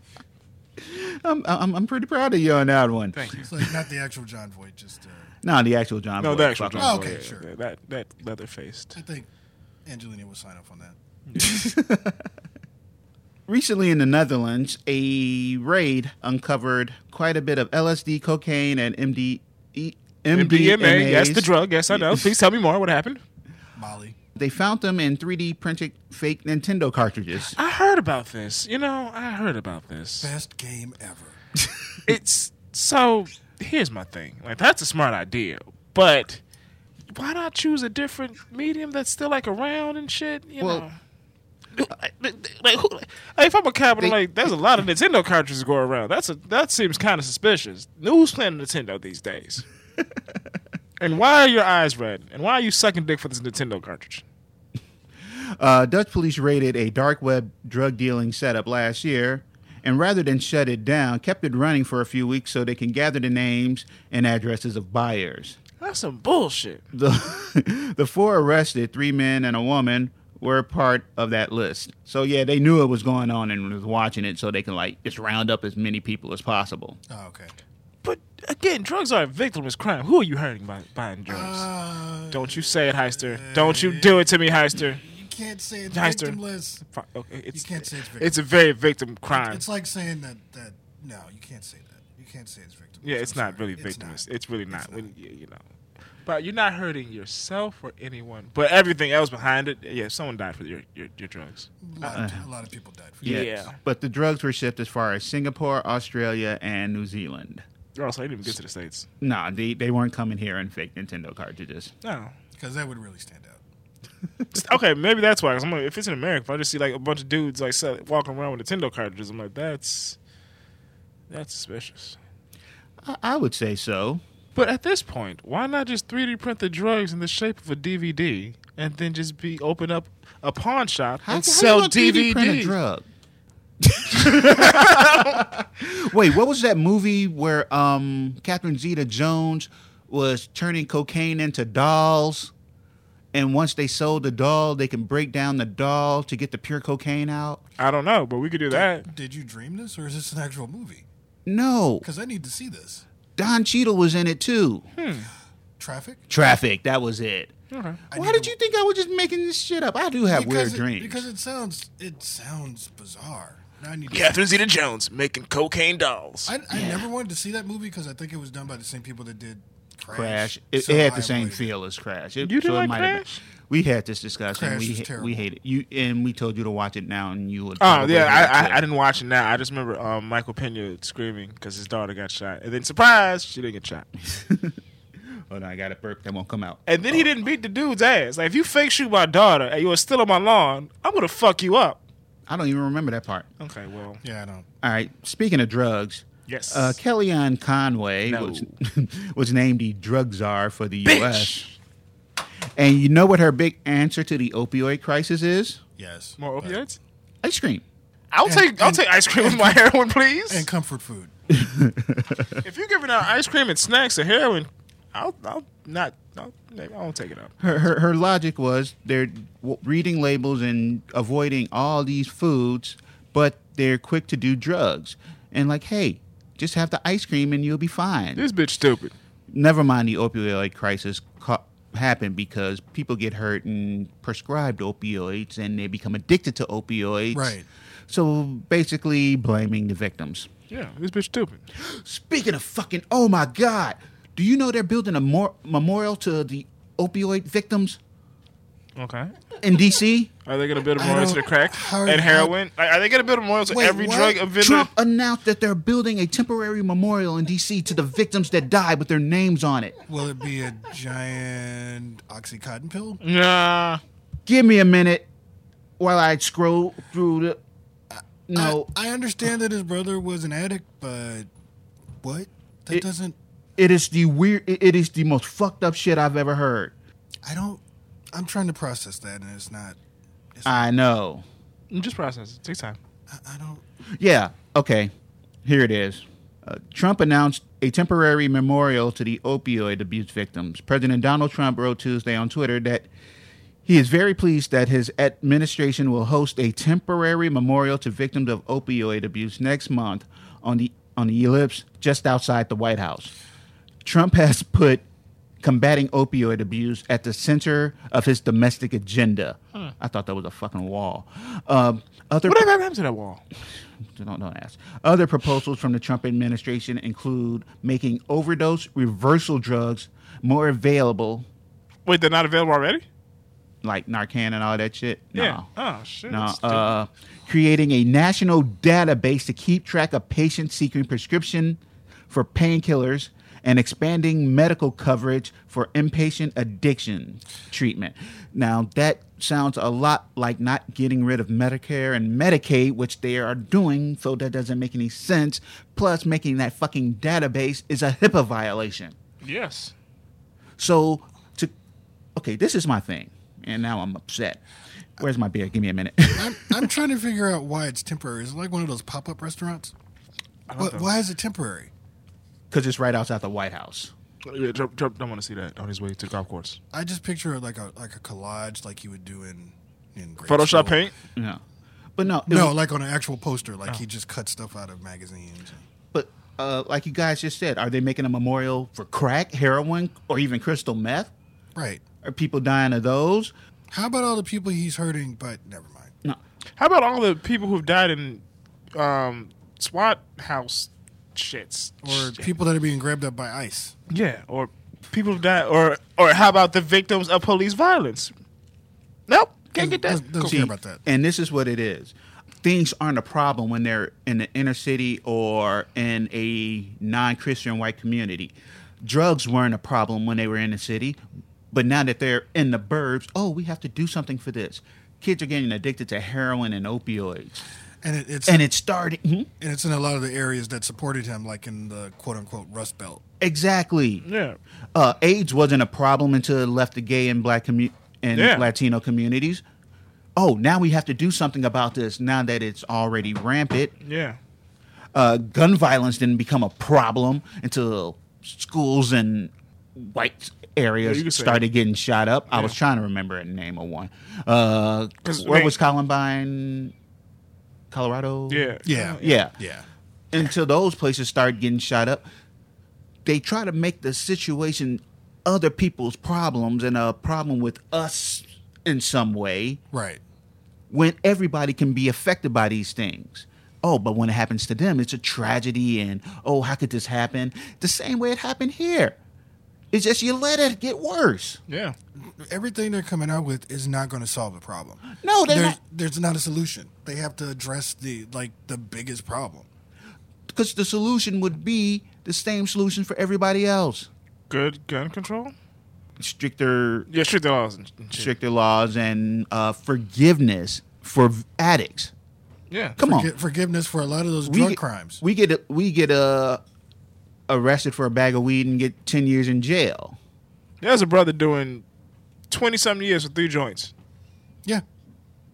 Speaker 3: I'm, I'm I'm pretty proud of you on that one.
Speaker 1: Thank you.
Speaker 2: It's like not the actual John Voight. Just uh,
Speaker 3: No, the actual John.
Speaker 1: No,
Speaker 3: Boy.
Speaker 1: the actual
Speaker 3: Fuck
Speaker 1: John
Speaker 3: him.
Speaker 2: Oh,
Speaker 1: Voight,
Speaker 2: okay,
Speaker 1: yeah,
Speaker 2: sure.
Speaker 1: yeah, That that leather faced.
Speaker 2: I think Angelina will sign off on that.
Speaker 3: Recently in the Netherlands, a raid uncovered quite a bit of LSD, cocaine, and MD, e- MDMA.
Speaker 1: MDMA. Yes, the drug. Yes, I know. Please tell me more. What happened?
Speaker 2: Molly.
Speaker 3: They found them in 3D printed fake Nintendo cartridges.
Speaker 1: I heard about this. You know, I heard about this.
Speaker 2: Best game ever.
Speaker 1: It's so. Here's my thing. Like that's a smart idea, but why not choose a different medium that's still like around and shit? You
Speaker 3: Well-
Speaker 1: know. Like, like, who, like, if I'm a cop, and
Speaker 3: They-
Speaker 1: I'm like, there's a lot of Nintendo cartridges going around. That's a that seems kind of suspicious. Who's playing Nintendo these days? and why are your eyes red? And why are you sucking dick for this Nintendo cartridge?
Speaker 3: Uh, Dutch police raided a dark web drug dealing setup last year, and rather than shut it down, kept it running for a few weeks so they can gather the names and addresses of buyers.
Speaker 1: That's some bullshit.
Speaker 3: the the four arrested, three men and a woman, were part of that list. So yeah, they knew it was going on and was watching it, so they can like just round up as many people as possible.
Speaker 2: Oh, okay.
Speaker 1: But again, drugs are a victimless crime. Who are you hurting by buying drugs?
Speaker 2: Uh,
Speaker 1: Don't you say it, Heister. Don't you do it to me, Heister.
Speaker 2: you can't say it's
Speaker 1: Heister.
Speaker 2: victimless.
Speaker 1: Fi- okay, It's,
Speaker 2: can't say it's victim.
Speaker 1: it's a very victim crime.
Speaker 2: It's like saying that that no, you can't say that. You can't say it's victimless.
Speaker 1: yeah, it's
Speaker 2: I'm
Speaker 1: not
Speaker 2: sorry.
Speaker 1: really
Speaker 2: It's not.
Speaker 1: victimless. It's, really not.
Speaker 2: It's
Speaker 1: When- you you know. But you're not hurting yourself or anyone. But everything else behind it, yeah, someone died for your your, your drugs.
Speaker 2: A lot, of, pe- a lot of people died. For
Speaker 1: Yeah.
Speaker 2: that.
Speaker 3: But the drugs were shipped as far as Singapore, Australia, and New Zealand.
Speaker 1: Oh, so they didn't even get to the states.
Speaker 3: Nah, they, they weren't coming here in fake Nintendo cartridges.
Speaker 1: No.
Speaker 2: because that would really stand out.
Speaker 1: Okay, maybe that's why. 'cause I'm like, if it's in America, if I just see like a bunch of dudes like sell, walking around with Nintendo cartridges, I'm like, that's that's suspicious.
Speaker 3: I, I would say so.
Speaker 1: But at this point, why not just 3D print the drugs in the shape of a DVD and then just be open up a pawn shop
Speaker 3: How,
Speaker 1: and
Speaker 3: how you
Speaker 1: sell
Speaker 3: gonna 3D print a
Speaker 1: DVDs?
Speaker 3: drug? Wait, what was that movie where um Catherine Zeta Jones was turning cocaine into dolls? And once they sold the doll, they can break down the doll to get the pure cocaine out?
Speaker 1: I don't know, but we could do that.
Speaker 2: Did you dream this, or is this an actual movie?
Speaker 3: No.
Speaker 2: Because I need to see this.
Speaker 3: Don Cheadle was in it too.
Speaker 2: Traffic.
Speaker 3: Traffic, that was it.
Speaker 2: I
Speaker 3: Why
Speaker 2: need
Speaker 3: did
Speaker 2: to-
Speaker 3: you think I was just making this shit up? I do have weird
Speaker 2: it,
Speaker 3: dreams.
Speaker 2: Because it sounds it sounds bizarre. Now I need to
Speaker 1: Catherine Zeta Jones making cocaine dolls.
Speaker 2: I, I never wanted to see that movie because I think it was done by the same people that did Crash.
Speaker 3: Crash. It,
Speaker 2: So
Speaker 3: it had
Speaker 2: I
Speaker 3: the same
Speaker 2: believe it.
Speaker 3: feel as Crash. It,
Speaker 1: You didn't
Speaker 3: so it
Speaker 1: like
Speaker 3: might have
Speaker 1: Crash?
Speaker 3: Been, we had this discussion.
Speaker 2: Crash
Speaker 3: we
Speaker 2: was
Speaker 3: ha-
Speaker 2: terrible.
Speaker 3: we hated you, and we told you to watch it now, and you would.
Speaker 1: Oh
Speaker 3: probably
Speaker 1: yeah,
Speaker 3: hate
Speaker 1: I,
Speaker 3: it.
Speaker 1: I I didn't watch it now. I just remember um, Michael Pena screaming because his daughter got shot, and then surprise, she didn't get shot.
Speaker 3: Hold on, Oh, I got a burp that won't come out.
Speaker 1: And then he didn't beat the dude's ass. Like if you fake shoot my daughter and you are still on my lawn, I'm gonna fuck you up.
Speaker 3: I don't even remember that part.
Speaker 1: Okay, well,
Speaker 2: Yeah, I don't.
Speaker 3: All right. Speaking of drugs,
Speaker 1: yes.
Speaker 3: uh, Kellyanne Conway
Speaker 1: No.
Speaker 3: was, was named the drug czar for the U.S. And you know what her big answer to the opioid crisis is?
Speaker 2: Yes.
Speaker 1: More
Speaker 2: but-
Speaker 1: opioids?
Speaker 3: Ice cream.
Speaker 1: I'll
Speaker 2: And-
Speaker 1: take I'll
Speaker 2: and-
Speaker 1: take ice cream with my heroin, please.
Speaker 2: And comfort food.
Speaker 1: if you're giving out ice cream and snacks and heroin, I'll I'll not I'll, maybe I won't take it up.
Speaker 3: her, her, her logic was they're w- reading labels and avoiding all these foods, but they're quick to do drugs. And like, hey, just have the ice cream and you'll be fine.
Speaker 1: This bitch stupid.
Speaker 3: Never mind the opioid crisis ca- happened because people get hurt and prescribed opioids and they become addicted to opioids.
Speaker 2: Right.
Speaker 3: So basically, blaming the victims.
Speaker 1: Yeah, this bitch stupid.
Speaker 3: Speaking of fucking, oh my God, do you know they're building a mor- memorial to the opioid victims
Speaker 1: Okay.
Speaker 3: in D.C.?
Speaker 1: Are they gonna build a memorial to
Speaker 2: don't-
Speaker 1: the crack
Speaker 2: how-
Speaker 1: and heroin? Are- are they gonna build a memorial to
Speaker 2: Wait,
Speaker 1: every
Speaker 2: what?
Speaker 1: drug offender?
Speaker 3: Trump announced that they're building a temporary memorial in D.C. to the victims that died with their names on it.
Speaker 2: Will it be a giant oxycontin pill?
Speaker 1: Nah.
Speaker 3: Give me a minute while I scroll through the. No,
Speaker 2: I, I understand that his brother was an addict, but what? That
Speaker 3: It-
Speaker 2: doesn't.
Speaker 3: it is the weird. It it is the most fucked up shit I've ever heard.
Speaker 2: I don't. I'm trying to process that, and it's not.
Speaker 3: I know.
Speaker 1: Just process. It. Take time.
Speaker 2: I, I don't.
Speaker 3: Yeah. Okay. Here it is. Uh, Trump announced a temporary memorial to the opioid abuse victims. President Donald Trump wrote Tuesday on Twitter that he is very pleased that his administration will host a temporary memorial to victims of opioid abuse next month on the on the ellipse just outside the White House. Trump has put combating opioid abuse at the center of his domestic agenda. I thought that was a fucking wall. Um, other
Speaker 1: Whatever happened to that wall?
Speaker 3: so don't don't ask. Other proposals from the Trump administration include making overdose reversal drugs more available,
Speaker 1: Wait, they're not available already?
Speaker 3: like Narcan and all that shit. No.
Speaker 1: Yeah. Oh shit.
Speaker 3: No,
Speaker 1: that's stupid.
Speaker 3: uh, creating a national database to keep track of patients seeking prescription for painkillers and expanding medical coverage for inpatient addiction treatment. Now, that sounds a lot like not getting rid of Medicare and Medicaid, which they are doing, so that doesn't make any sense. Plus, making that fucking database is a HIPAA violation.
Speaker 1: yes.
Speaker 3: So to okay, this is my thing, and now I'm upset. Where's my beer? Give me a minute.
Speaker 2: I'm, I'm trying to figure out why it's temporary. Is it like one of those pop up restaurants? Why, why is it temporary?
Speaker 3: Because it's right outside the White House.
Speaker 1: Yeah, Trump, Trump don't want to see that on his way to the golf course.
Speaker 2: I just picture it like a like a collage, like you would do in in grade school.
Speaker 1: Photoshop paint.
Speaker 3: No, but no, it Oh.
Speaker 2: No,
Speaker 3: was-
Speaker 2: like on an actual poster, like he just cut stuff out of magazines.
Speaker 3: but uh, like you guys just said, are they making a memorial for crack, heroin, or even crystal meth?
Speaker 2: Right.
Speaker 3: Are people dying of those?
Speaker 2: How about all the people he's hurting? But never mind.
Speaker 3: No,
Speaker 1: How about all the people who've died in um, SWAT house shits?
Speaker 2: Or people that are being grabbed up by ICE.
Speaker 1: yeah, or people who've died, or or how about the victims of police violence? Nope, can't get that.
Speaker 2: Doesn't, doesn't
Speaker 3: See,
Speaker 2: care about that.
Speaker 3: And this is what it is. things aren't a problem when they're in the inner city or in a non-Christian white community. Drugs weren't a problem when they were in the city, but now that they're in the burbs, oh, we have to do something for this. Kids are getting addicted to heroin and opioids,
Speaker 2: and it, it's
Speaker 3: and it started mhm.
Speaker 2: and it's in a lot of the areas that supported him, like in the quote unquote Rust Belt.
Speaker 3: exactly.
Speaker 1: Yeah.
Speaker 3: uh, AIDS wasn't a problem until it left the gay and black commu- and
Speaker 1: Yeah.
Speaker 3: Latino communities. Oh, now we have to do something about this. Now that it's already rampant,
Speaker 1: Yeah.
Speaker 3: uh, gun violence didn't become a problem until schools and white areas
Speaker 1: Yeah, you can say
Speaker 3: started getting shot up. I was trying to remember the name of one. Uh,
Speaker 1: 'Cause,
Speaker 3: what
Speaker 1: wait.
Speaker 3: was Columbine, Colorado?
Speaker 1: Yeah.
Speaker 2: Yeah,
Speaker 3: yeah,
Speaker 2: yeah.
Speaker 3: until those places start getting shot up. They try to make the situation other people's problems and a problem with us in some way
Speaker 2: Right.
Speaker 3: when everybody can be affected by these things. Oh, but when it happens to them, it's a tragedy and oh, how could this happen? The same way it happened here. It's just you let it get worse.
Speaker 1: Yeah.
Speaker 2: Everything they're coming out with is not going to solve the problem.
Speaker 3: No, they're
Speaker 2: there's,
Speaker 3: not.
Speaker 2: there's not a solution. They have to address the like the biggest problem.
Speaker 3: Because the solution would be the same solution for everybody else.
Speaker 1: Good gun control.
Speaker 3: Stricter
Speaker 1: Yeah, strict laws and and shit.
Speaker 3: stricter laws and uh, forgiveness for v- addicts.
Speaker 1: Yeah.
Speaker 3: Come
Speaker 2: Forgi-
Speaker 3: on,
Speaker 2: forgiveness for a lot of those drug
Speaker 3: get,
Speaker 2: crimes.
Speaker 3: We get we get uh, arrested for a bag of weed and get ten years in jail.
Speaker 1: There's a brother doing twenty something years with three joints.
Speaker 2: yeah,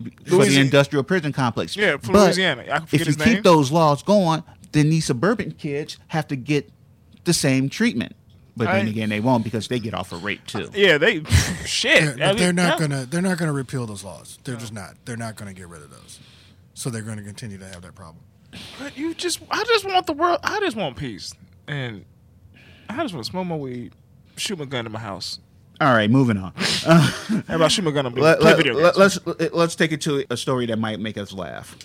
Speaker 3: for the
Speaker 1: Louisiana-
Speaker 3: industrial prison complex.
Speaker 1: Yeah, for
Speaker 3: But
Speaker 1: Louisiana. I forget
Speaker 3: if you
Speaker 1: his name.
Speaker 3: keep those laws going, then these suburban kids have to get the same treatment. But then
Speaker 1: I-
Speaker 3: again, they won't because they get off for rape too.
Speaker 1: Yeah, they shit.
Speaker 2: they're,
Speaker 1: Eh, I
Speaker 2: but
Speaker 1: mean,
Speaker 2: they're not
Speaker 1: yeah.
Speaker 2: gonna they're not gonna repeal those laws. They're just not. They're not gonna get rid of those. So they're going to continue to have that problem.
Speaker 1: But you just, I just want the world. I just want peace, and I just want to smoke my weed, shoot my gun in my house.
Speaker 3: All right, moving on.
Speaker 1: How about shoot my gun? and Play
Speaker 3: let,
Speaker 1: play
Speaker 3: let,
Speaker 1: video games.
Speaker 3: let, let's let's take it to a story that might make us laugh.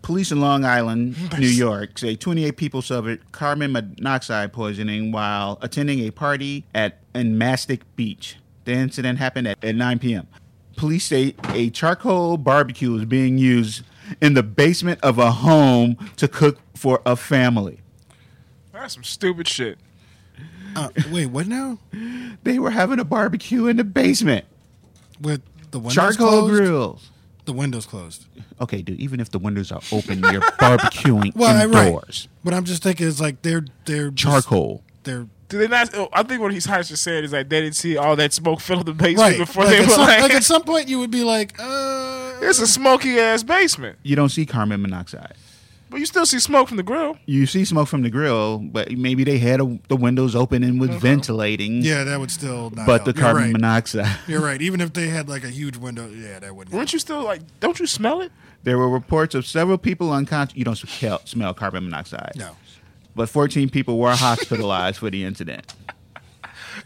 Speaker 3: Police in Long Island, New York, say 28 people suffered carbon monoxide poisoning while attending a party at in Mastic Beach. The incident happened at, at 9 p.m. Police say a charcoal barbecue was being used in the basement of a home to cook for a family.
Speaker 1: That's some stupid shit.
Speaker 2: Uh, wait, what now?
Speaker 3: They were having a barbecue in the basement.
Speaker 2: With the windows
Speaker 3: charcoal
Speaker 2: closed?
Speaker 3: grills.
Speaker 2: The windows closed.
Speaker 3: Okay, dude, even if the windows are open, you're barbecuing
Speaker 2: Well, I- right.
Speaker 3: indoors.
Speaker 2: What I'm just thinking is like they're they're just-
Speaker 3: Charcoal.
Speaker 2: they're
Speaker 1: Did they not? Oh, I think what he's Heiser said is like they didn't see all that smoke fill the basement
Speaker 2: right.
Speaker 1: before
Speaker 2: like,
Speaker 1: they
Speaker 2: at
Speaker 1: were
Speaker 2: some,
Speaker 1: like,
Speaker 2: at some point you would be like, uh,
Speaker 1: "It's a smoky ass basement,"
Speaker 3: You don't see carbon monoxide.
Speaker 1: but you still see smoke from the grill.
Speaker 3: You see smoke from the grill, but maybe they had a, the windows open and was ventilating.
Speaker 2: yeah, that would still not.
Speaker 3: But the
Speaker 2: help. You're
Speaker 3: carbon
Speaker 2: right.
Speaker 3: monoxide.
Speaker 2: You're right. Even if they had like a huge window, yeah, that wouldn't.
Speaker 1: Weren't you still like? Don't you smell it?
Speaker 3: There were reports of several people unconscious. You don't smell, smell carbon monoxide.
Speaker 2: No.
Speaker 3: But 14 people were hospitalized for the incident.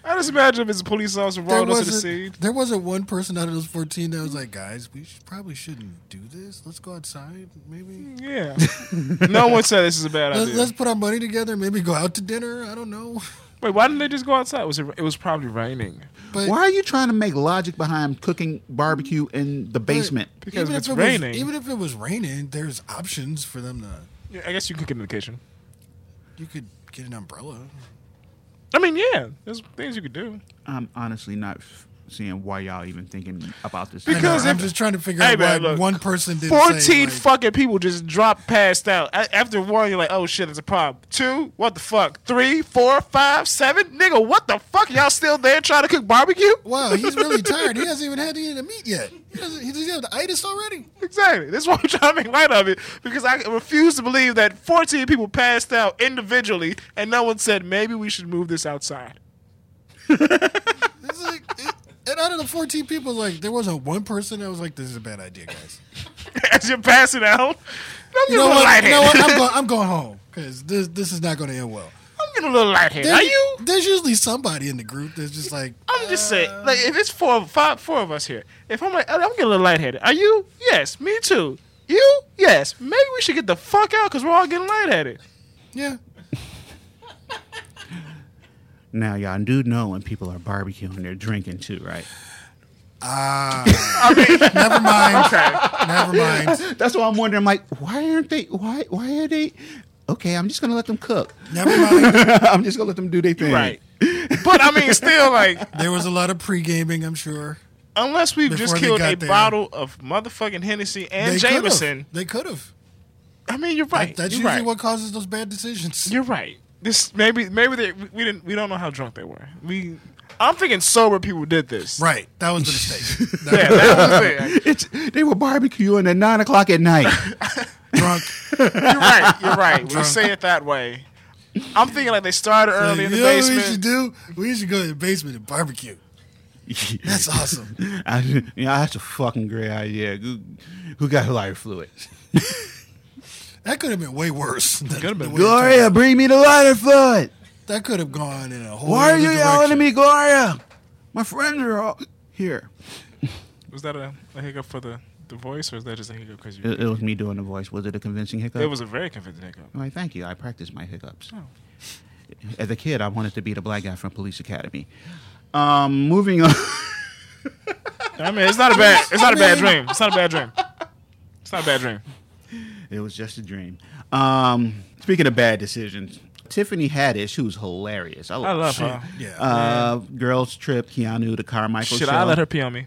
Speaker 1: I just imagine if it's a police officer
Speaker 2: There
Speaker 1: rolling up to the scene.
Speaker 2: wasn't, there wasn't one person out of those 14 that was like, guys, we sh probably shouldn't do this. Let's go outside, maybe.
Speaker 1: Yeah. no one said this is a Hmm. bad
Speaker 2: Let's,
Speaker 1: idea.
Speaker 2: let's put our money together, maybe go out to dinner. I don't know.
Speaker 1: Wait, why didn't they just go outside? Was it? It was probably raining.
Speaker 2: But
Speaker 3: Why are you trying to make logic behind cooking barbecue in the basement?
Speaker 1: Because if it's
Speaker 2: it
Speaker 1: raining-
Speaker 2: Was, even if it was raining, there's options for them to.
Speaker 1: Yeah, I guess you could get in the kitchen.
Speaker 2: You could get an umbrella.
Speaker 1: I mean, yeah, there's things you could do.
Speaker 3: I'm honestly not f- seeing why y'all even thinking about this.
Speaker 2: I know,
Speaker 1: Because
Speaker 2: I'm
Speaker 1: if-
Speaker 2: just trying to figure
Speaker 1: Hey,
Speaker 2: out
Speaker 1: man,
Speaker 2: why
Speaker 1: look.
Speaker 2: one person did.
Speaker 1: 14
Speaker 2: say, like,
Speaker 1: fucking people just dropped passed out. A- After one, you're like, oh shit, it's a problem. Two, what the fuck? Three, four, five, seven? Nigga, what the fuck? Y'all still there trying to cook barbecue?
Speaker 2: Wow, he's really tired. He hasn't even had any of the meat yet. He doesn't. He doesn't have the itis already.
Speaker 1: Exactly. That's why I'm trying to make light of it because I refuse to believe that 14 people passed out individually and no one said, maybe we should move this outside.
Speaker 2: It's like, it, and out of the 14 people, like there wasn't one person that was like, "This is a bad idea, guys."
Speaker 1: As you're passing out, I'm
Speaker 2: You
Speaker 1: getting a
Speaker 2: know
Speaker 1: little
Speaker 2: what? You
Speaker 1: lightheaded.
Speaker 2: know what? I'm,
Speaker 1: I'm,
Speaker 2: go- I'm going home because this this is not going to end well.
Speaker 1: getting a little lightheaded. Are you? Oh.
Speaker 2: There's usually somebody in the group that's just like,
Speaker 1: I'm just saying, like, if it's four, five, four of us here, if I'm like, I'm getting a little lightheaded. Are you? Yes, me too. You? Yes. Maybe we should get the fuck out because we're all getting lightheaded.
Speaker 2: "Yeah,
Speaker 3: Now, y'all do know when people are barbecuing, they're drinking too, right?
Speaker 2: Ah, never mind. Never mind.
Speaker 3: That's why I'm wondering. I'm like, why aren't they? Why? Why are they? Okay, I'm just gonna let them cook.
Speaker 2: Never mind.
Speaker 3: I'm just gonna let them do their thing.
Speaker 1: right. but I mean, still, like,
Speaker 2: There was a lot of pre gaming, I'm sure.
Speaker 1: unless we've just
Speaker 2: Before they
Speaker 1: killed a
Speaker 2: got there.
Speaker 1: bottle of motherfucking Hennessy and
Speaker 2: They could've.
Speaker 1: Jameson,
Speaker 2: They could have.
Speaker 1: I mean, you're right.
Speaker 2: That's
Speaker 1: you're
Speaker 2: usually
Speaker 1: right.
Speaker 2: what causes those bad decisions.
Speaker 1: You're right. This maybe maybe they we didn't we don't know how drunk they were. We I'm thinking sober people did this.
Speaker 2: Right. That was the mistake. That
Speaker 1: Yeah, that was it.
Speaker 3: It's they were barbecuing at nine o'clock at night.
Speaker 2: was drunk.
Speaker 1: You're right. You're right. We say it that way. I'm thinking like they started early in the
Speaker 2: you know what we should
Speaker 1: basement.
Speaker 2: do? We should go to the basement and barbecue. That's awesome.
Speaker 3: I, you know, that's a fucking great idea. Who, who got lighter fluid?
Speaker 2: That could have been way worse. Than,
Speaker 1: could've been
Speaker 2: the way it turned
Speaker 3: Gloria, bring me the lighter fluid.
Speaker 2: out. That could have gone in a whole.
Speaker 3: Why are
Speaker 2: other
Speaker 3: you yelling at
Speaker 2: direction.
Speaker 3: me, Gloria? My friends are all here.
Speaker 1: Was that a, a hiccup for the, the voice, or is that just a hiccup because you?
Speaker 3: It, uh, it was me doing the voice. Was it a convincing hiccup?
Speaker 1: It was a very convincing hiccup.
Speaker 3: Why, thank you. I practiced my hiccups.
Speaker 1: Oh.
Speaker 3: As a kid, I wanted to be the black guy from Police Academy. Um, moving on.
Speaker 1: I mean, it's not a bad. It's not a bad dream. It's not a bad dream. It's not a bad dream.
Speaker 3: It was just a dream. Um, speaking of bad decisions, Tiffany Haddish, who's hilarious. I love,
Speaker 1: I love
Speaker 3: her.
Speaker 1: her.
Speaker 2: Yeah.
Speaker 3: Uh, Girls Trip, Keanu, the Carmichael
Speaker 1: Should
Speaker 3: show.
Speaker 1: I let her pee on me?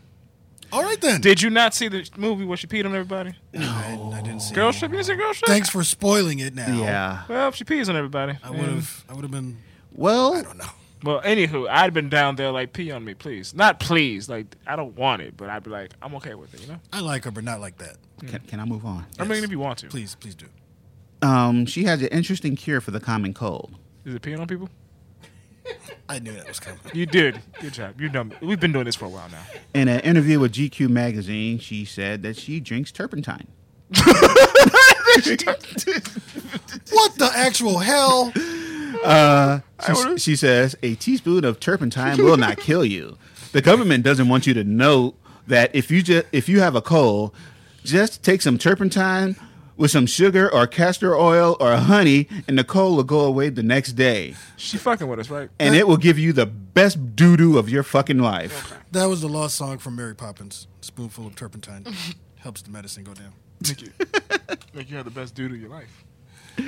Speaker 2: All right then.
Speaker 1: Did you not see the movie where she peed on everybody?
Speaker 2: I, I didn't see.
Speaker 1: Girl
Speaker 2: it.
Speaker 1: trip. You didn't see girl trip?
Speaker 2: Thanks for spoiling it now.
Speaker 3: Yeah.
Speaker 1: Well, she pees on everybody.
Speaker 2: I would have. I would have been.
Speaker 3: Well,
Speaker 2: Oh no.
Speaker 1: Well, anywho, I'd been down there like pee on me, please. Not please. Like I don't want it, but I'd be like, I'm okay with it. You know.
Speaker 2: I like her, but not like that.
Speaker 3: can, can I move on?
Speaker 1: I mean, if you want to,
Speaker 2: Please, please do.
Speaker 3: Um, she has an interesting cure for the common cold.
Speaker 1: Is it peeing on people?
Speaker 2: I knew that was coming.
Speaker 1: You did. Good job. You know, we've been doing this for a while now.
Speaker 3: In an interview with GQ magazine, she said that she drinks turpentine.
Speaker 2: What the actual hell?
Speaker 3: She, she says, a teaspoon of turpentine will not kill you. The government doesn't want you to know that if you just if you have a cold, just take some turpentine with some sugar or castor oil or honey, and the cold will go away the next day,
Speaker 1: She fucking with us, right?
Speaker 3: and it will give you the best doo doo of your fucking life.
Speaker 2: That was the lost song from Mary Poppins. Spoonful of turpentine helps the medicine go down.
Speaker 1: Thank you. Like you had the best dude of your life.
Speaker 3: Uh.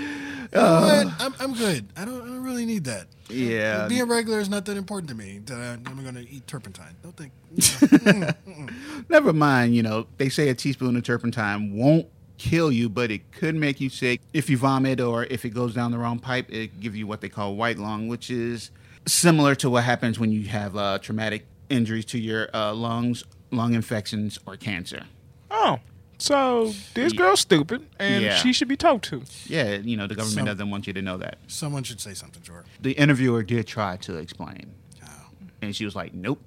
Speaker 2: But I'm, I'm good. I don't. I don't really need that.
Speaker 3: Yeah.
Speaker 2: Being regular is not that important to me. That I, I'm going to eat turpentine. Don't think.
Speaker 3: Never mind, you know, they say a teaspoon of turpentine won't kill you, but it could make you sick if you vomit or if it goes down the wrong pipe, it give you what they call white lung, which is similar to what happens when you have uh, traumatic injuries to your uh, lungs, lung infections, or cancer.
Speaker 1: Oh, so this girl's stupid, and
Speaker 3: Yeah.
Speaker 1: she should be talked to.
Speaker 3: Yeah, you know, the government
Speaker 2: Some-
Speaker 3: doesn't want you to know that.
Speaker 2: Someone should say something to her.
Speaker 3: The interviewer did try to explain,
Speaker 2: Oh.
Speaker 3: and she was like, "Nope,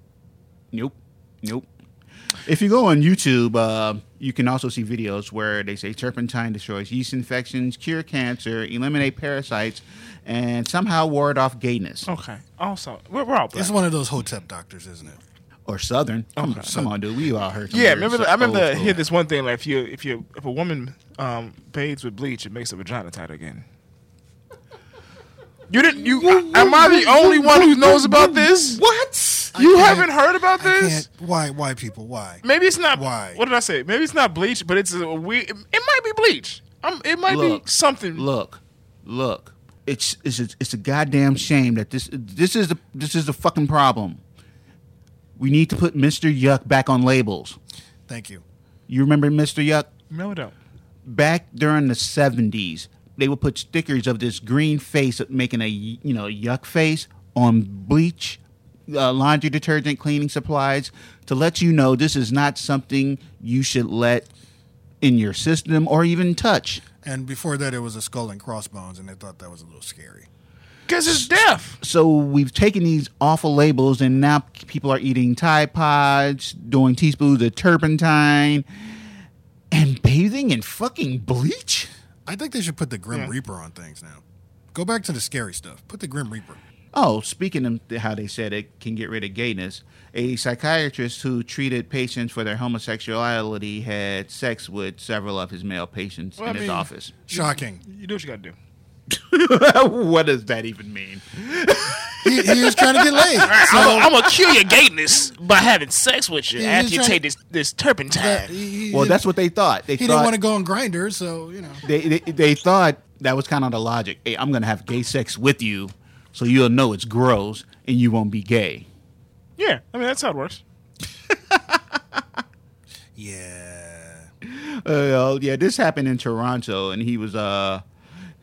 Speaker 3: nope, nope." If you go on YouTube, uh, you can also see videos where they say turpentine destroys yeast infections, cure cancer, eliminate parasites, and somehow ward off gayness.
Speaker 1: Okay. Also, we're, we're all black.
Speaker 2: It's one of those hotep doctors, isn't it?
Speaker 3: Or southern. Come- Come on, dude. We all heard. some
Speaker 1: Yeah,
Speaker 3: weird
Speaker 1: remember?
Speaker 3: stuff.
Speaker 1: The, I remember
Speaker 3: Old
Speaker 1: the,
Speaker 3: school.
Speaker 1: hear this one thing like if you if you if a woman um, bathes with bleach, it makes her vagina tight again. You didn't. You I- am I the only one who knows about this?
Speaker 2: What?
Speaker 1: You haven't heard about
Speaker 2: I
Speaker 1: this?
Speaker 2: can't. Why? Why people? Why?
Speaker 1: Maybe it's not.
Speaker 2: Why?
Speaker 1: What did I say? Maybe it's not bleach, but it's a weird. It, it might be bleach. Um, it might
Speaker 3: Look.
Speaker 1: be something.
Speaker 3: Look, look. It's it's a, it's a goddamn shame that this this is the this is the fucking problem. We need to put Mister Yuck back on labels.
Speaker 2: Thank you.
Speaker 3: You remember Mister Yuck?
Speaker 1: No, don't.
Speaker 3: back during the 70s they would put stickers of this green face of making a you know yuck face on bleach uh, laundry detergent cleaning supplies to let you know this is not something you should let in your system or even touch
Speaker 2: And before that, it was a skull and crossbones, and they thought that was a little scary.
Speaker 1: Because it's deaf.
Speaker 3: so we've taken these awful labels and now people are eating tide pods doing teaspoons of turpentine and bathing in fucking bleach
Speaker 2: I think they should put the Grim Reaper on things now. Go back to the scary stuff. Put the Grim Reaper.
Speaker 3: Oh, speaking of how they said it can get rid of gayness, a psychiatrist who treated patients for their homosexuality had sex with several of his male patients
Speaker 1: Well,
Speaker 3: in
Speaker 1: I
Speaker 3: his
Speaker 1: mean-
Speaker 3: office.
Speaker 2: Shocking.
Speaker 1: You do what you got to do.
Speaker 3: what does that even mean?
Speaker 2: He, he was trying to get laid. So
Speaker 4: I'm gonna cure your gayness by having sex with you
Speaker 2: Yeah,
Speaker 4: after
Speaker 2: he's
Speaker 4: you
Speaker 2: trying-
Speaker 4: take this this turpentine.
Speaker 2: that- he, he
Speaker 3: Well,
Speaker 2: didn't-
Speaker 3: that's what they thought. They
Speaker 2: he didn't
Speaker 3: thought
Speaker 2: want to go on grinder, so you know.
Speaker 3: they, they they thought that was kind of the logic. Hey, I'm gonna have gay sex with you, so you'll know it's gross and you won't be gay.
Speaker 1: Yeah, I mean that's how it works.
Speaker 2: Yeah.
Speaker 3: Uh, yeah, this happened in Toronto, and he was uh,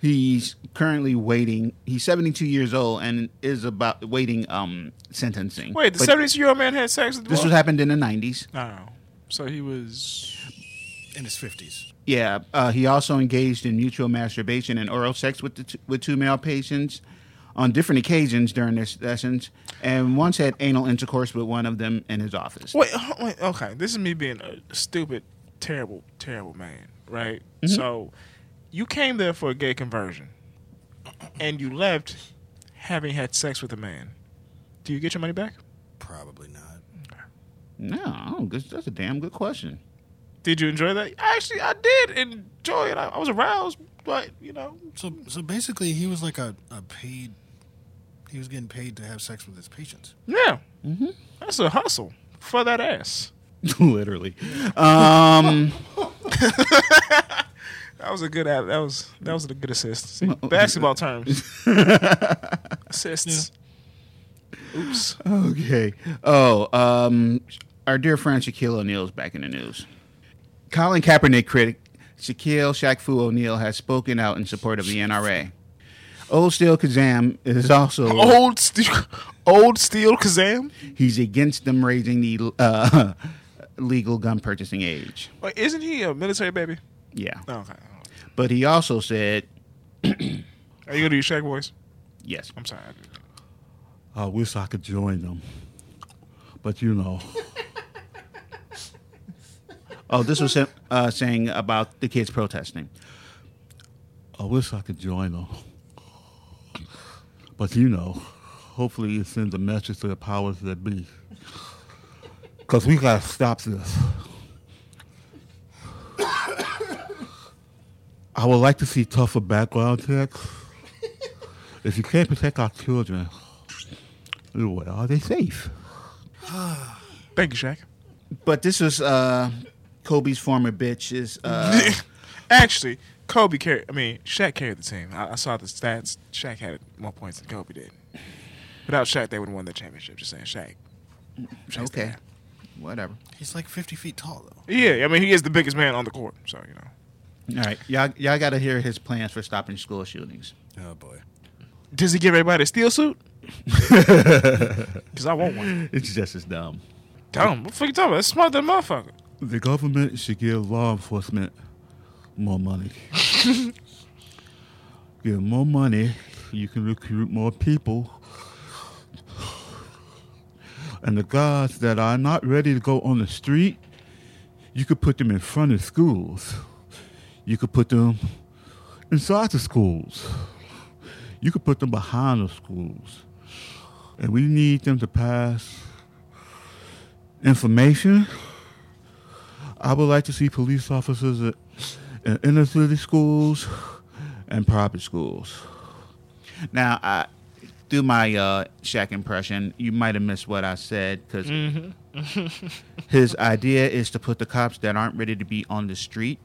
Speaker 3: he's currently waiting. He's 72 years old and is about waiting um sentencing.
Speaker 1: Wait, the
Speaker 3: But
Speaker 1: seventy-year-old man had sex with the
Speaker 3: This was
Speaker 1: woman?
Speaker 3: happened in the 90s.
Speaker 1: Oh, so he was.
Speaker 2: In his fifties.
Speaker 3: Yeah, uh, he also engaged in mutual masturbation and oral sex with the t- with two male patients on different occasions during their sessions, and once had anal intercourse with one of them in his office.
Speaker 1: Wait, h- wait, okay. This is me being a stupid, terrible, terrible man, right? So, you came there for a gay conversion, and you left having had sex with a man. Do you get your money back?
Speaker 2: Probably not.
Speaker 3: No, I don't- that's, that's a damn good question.
Speaker 1: Did you enjoy that? Actually, I did enjoy it. I, I was aroused, but you know,
Speaker 2: So so basically, he was like a, a paid. He was getting paid to have sex with his patients.
Speaker 1: yeah, mm-hmm. that's a hustle for that ass.
Speaker 3: Literally. Um,
Speaker 1: That was a good. That was that was a good assist. See, basketball terms, assists. Oops.
Speaker 3: okay. Oh, um, our dear friend Shaquille O'Neal is back in the news. Colin Kaepernick critic Shaquille Shaqfu O'Neal has spoken out in support of the NRA. Old Steel Kazam is also
Speaker 1: Old steel, old steel Kazam.
Speaker 3: He's against them raising the uh, legal gun purchasing age.
Speaker 1: Wait, isn't he a military baby?
Speaker 3: Yeah.
Speaker 1: Oh, okay.
Speaker 3: But he also said,
Speaker 1: Are you gonna do your Shaq voice?
Speaker 3: yes.
Speaker 1: I'm sorry.
Speaker 3: I wish I could join them. But you know. oh, this was him, uh, saying about the kids protesting. I wish I could join them. But you know, hopefully it sends a message to the powers that be. Because we got to stop this. I would like to see tougher background checks. If you can't protect our children, well, are they safe?
Speaker 1: Thank you, Shaq.
Speaker 3: But this was uh, Kobe's former bitch is uh,
Speaker 1: Actually, Kobe carried. I mean, Shaq carried the team. I, I saw the stats. Shaq had more points than Kobe did. Without Shaq, they would have won the championship. Just saying, Shaq. Shaq's the
Speaker 3: okay.
Speaker 1: man.
Speaker 3: Whatever.
Speaker 2: He's like fifty feet tall though.
Speaker 1: Yeah, I mean, he is the biggest man on the court. So you know.
Speaker 3: All right, y'all, y'all got to hear his plans for stopping school shootings.
Speaker 2: Oh boy.
Speaker 1: Does he give everybody a steel suit? Because I want one.
Speaker 3: It's just as dumb.
Speaker 1: Dumb. What the fuck you talking about? That's smarter than a motherfucker.
Speaker 5: The government should give law enforcement more money. Give more money, you can recruit more people. And the guys that are not ready to go on the street, you could put them in front of schools. You could put them inside the schools. You could put them behind the schools. And we need them to pass information. I would like to see police officers in- in inner city schools and private schools.
Speaker 3: Now, I do my uh, Shaq impression. You might have missed what I said because his idea is to put the cops that aren't ready to be on the street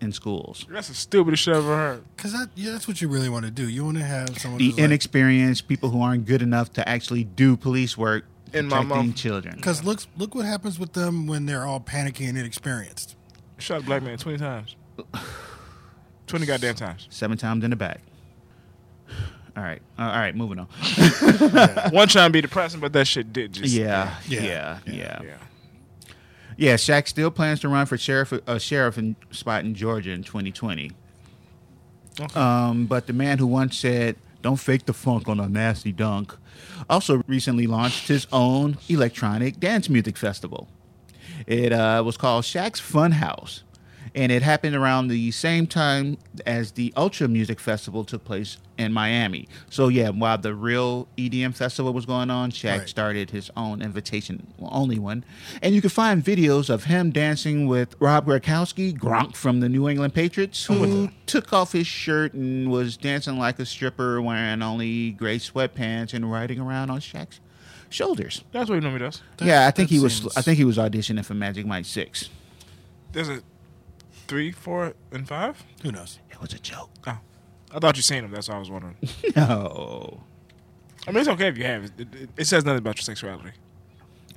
Speaker 3: in schools.
Speaker 1: That's the stupidest shit I've ever heard.
Speaker 2: Because that yeah, that's what you really want to do. You want to have someone
Speaker 3: The
Speaker 2: who's like,
Speaker 3: inexperienced people who aren't good enough to actually do police work
Speaker 1: In my
Speaker 3: protecting
Speaker 1: mouth.
Speaker 3: children.
Speaker 2: Because look, look what happens with them when they're all panicky and inexperienced.
Speaker 1: Shot a black man 20 times. 20 goddamn times.
Speaker 3: seven times in the back. All right, Uh, all right, moving on.
Speaker 1: One trying to be depressing, but that shit did just.
Speaker 3: Yeah, yeah,
Speaker 2: Yeah.
Speaker 3: yeah, yeah.
Speaker 1: Yeah.
Speaker 3: Shaq still plans to run for sheriff a sheriff in spot in Georgia in 2020. Um, but the man who once said "Don't fake the funk on a nasty dunk" also recently launched his own electronic dance music festival. It uh, was called Shaq's Fun House, and it happened around the same time as the Ultra Music Festival took place in Miami. So yeah, while the real EDM festival was going on, Shaq
Speaker 2: Right.
Speaker 3: started his own invitation only one, and you can find videos of him dancing with Rob Gronkowski, Gronk from the New England Patriots, who took off his shirt and was dancing like a stripper, wearing only gray sweatpants and riding around on Shaq's shoulders.
Speaker 1: That's what he normally does.
Speaker 3: yeah, I think
Speaker 2: that
Speaker 3: he was.
Speaker 2: seems-
Speaker 3: I think he was auditioning for Magic Mike Six.
Speaker 1: There's a three, four, and five.
Speaker 2: Who knows?
Speaker 3: It was a joke.
Speaker 1: Oh, I thought you seen him. That's why I was wondering.
Speaker 3: No,
Speaker 1: I mean, it's okay if you have. It, it, it says nothing about your sexuality.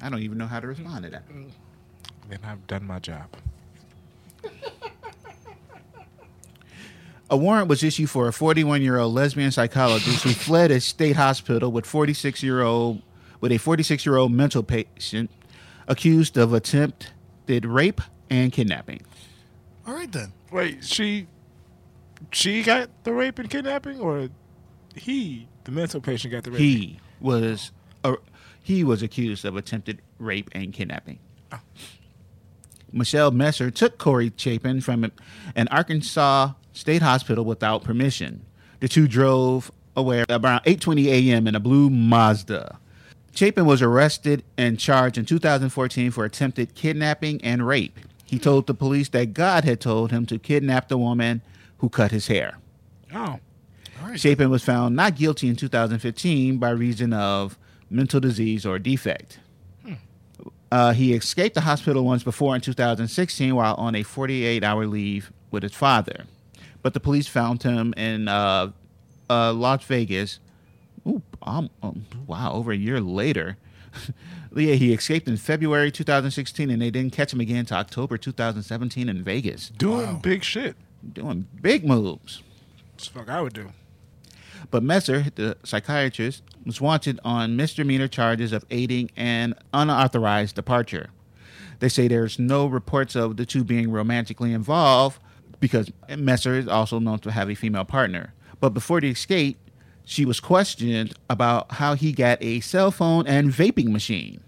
Speaker 3: I don't even know how to respond to that.
Speaker 1: Then I've done my job.
Speaker 3: A warrant was issued for a 41 year old lesbian psychologist who fled a state hospital with 46 year old with a 46 year old mental patient accused of attempted rape and kidnapping.
Speaker 2: All right then.
Speaker 1: Wait, she, she got the rape and kidnapping, or he, the mental patient, got the rape.
Speaker 3: He was uh, he was accused of attempted rape and kidnapping. Michelle Messer took Corey Chapin from an Arkansas state hospital without permission. The two drove away around 8:20 a.m. in a blue Mazda. Chapin was arrested and charged in 2014 for attempted kidnapping and rape. He told the police that God had told him to kidnap the woman who cut his hair.
Speaker 1: Oh,
Speaker 3: Chapin was found not guilty in 2015 by reason of mental disease or defect. Uh, he escaped the hospital once before in 2016 while on a 48 hour leave with his father. But the police found him in uh, uh, Las Vegas. Ooh, um, um, wow, over a year later. yeah, he escaped in February 2016 and they didn't catch him again until October 2017 in Vegas.
Speaker 1: doing big shit.
Speaker 3: Doing big moves.
Speaker 1: That's fuck I would do.
Speaker 3: But Messer, the psychiatrist, was wanted on misdemeanor charges of aiding an unauthorized departure. They say there's no reports of the two being romantically involved because Messer is also known to have a female partner. But before the escape, she was questioned about how he got a cell phone and vaping machine.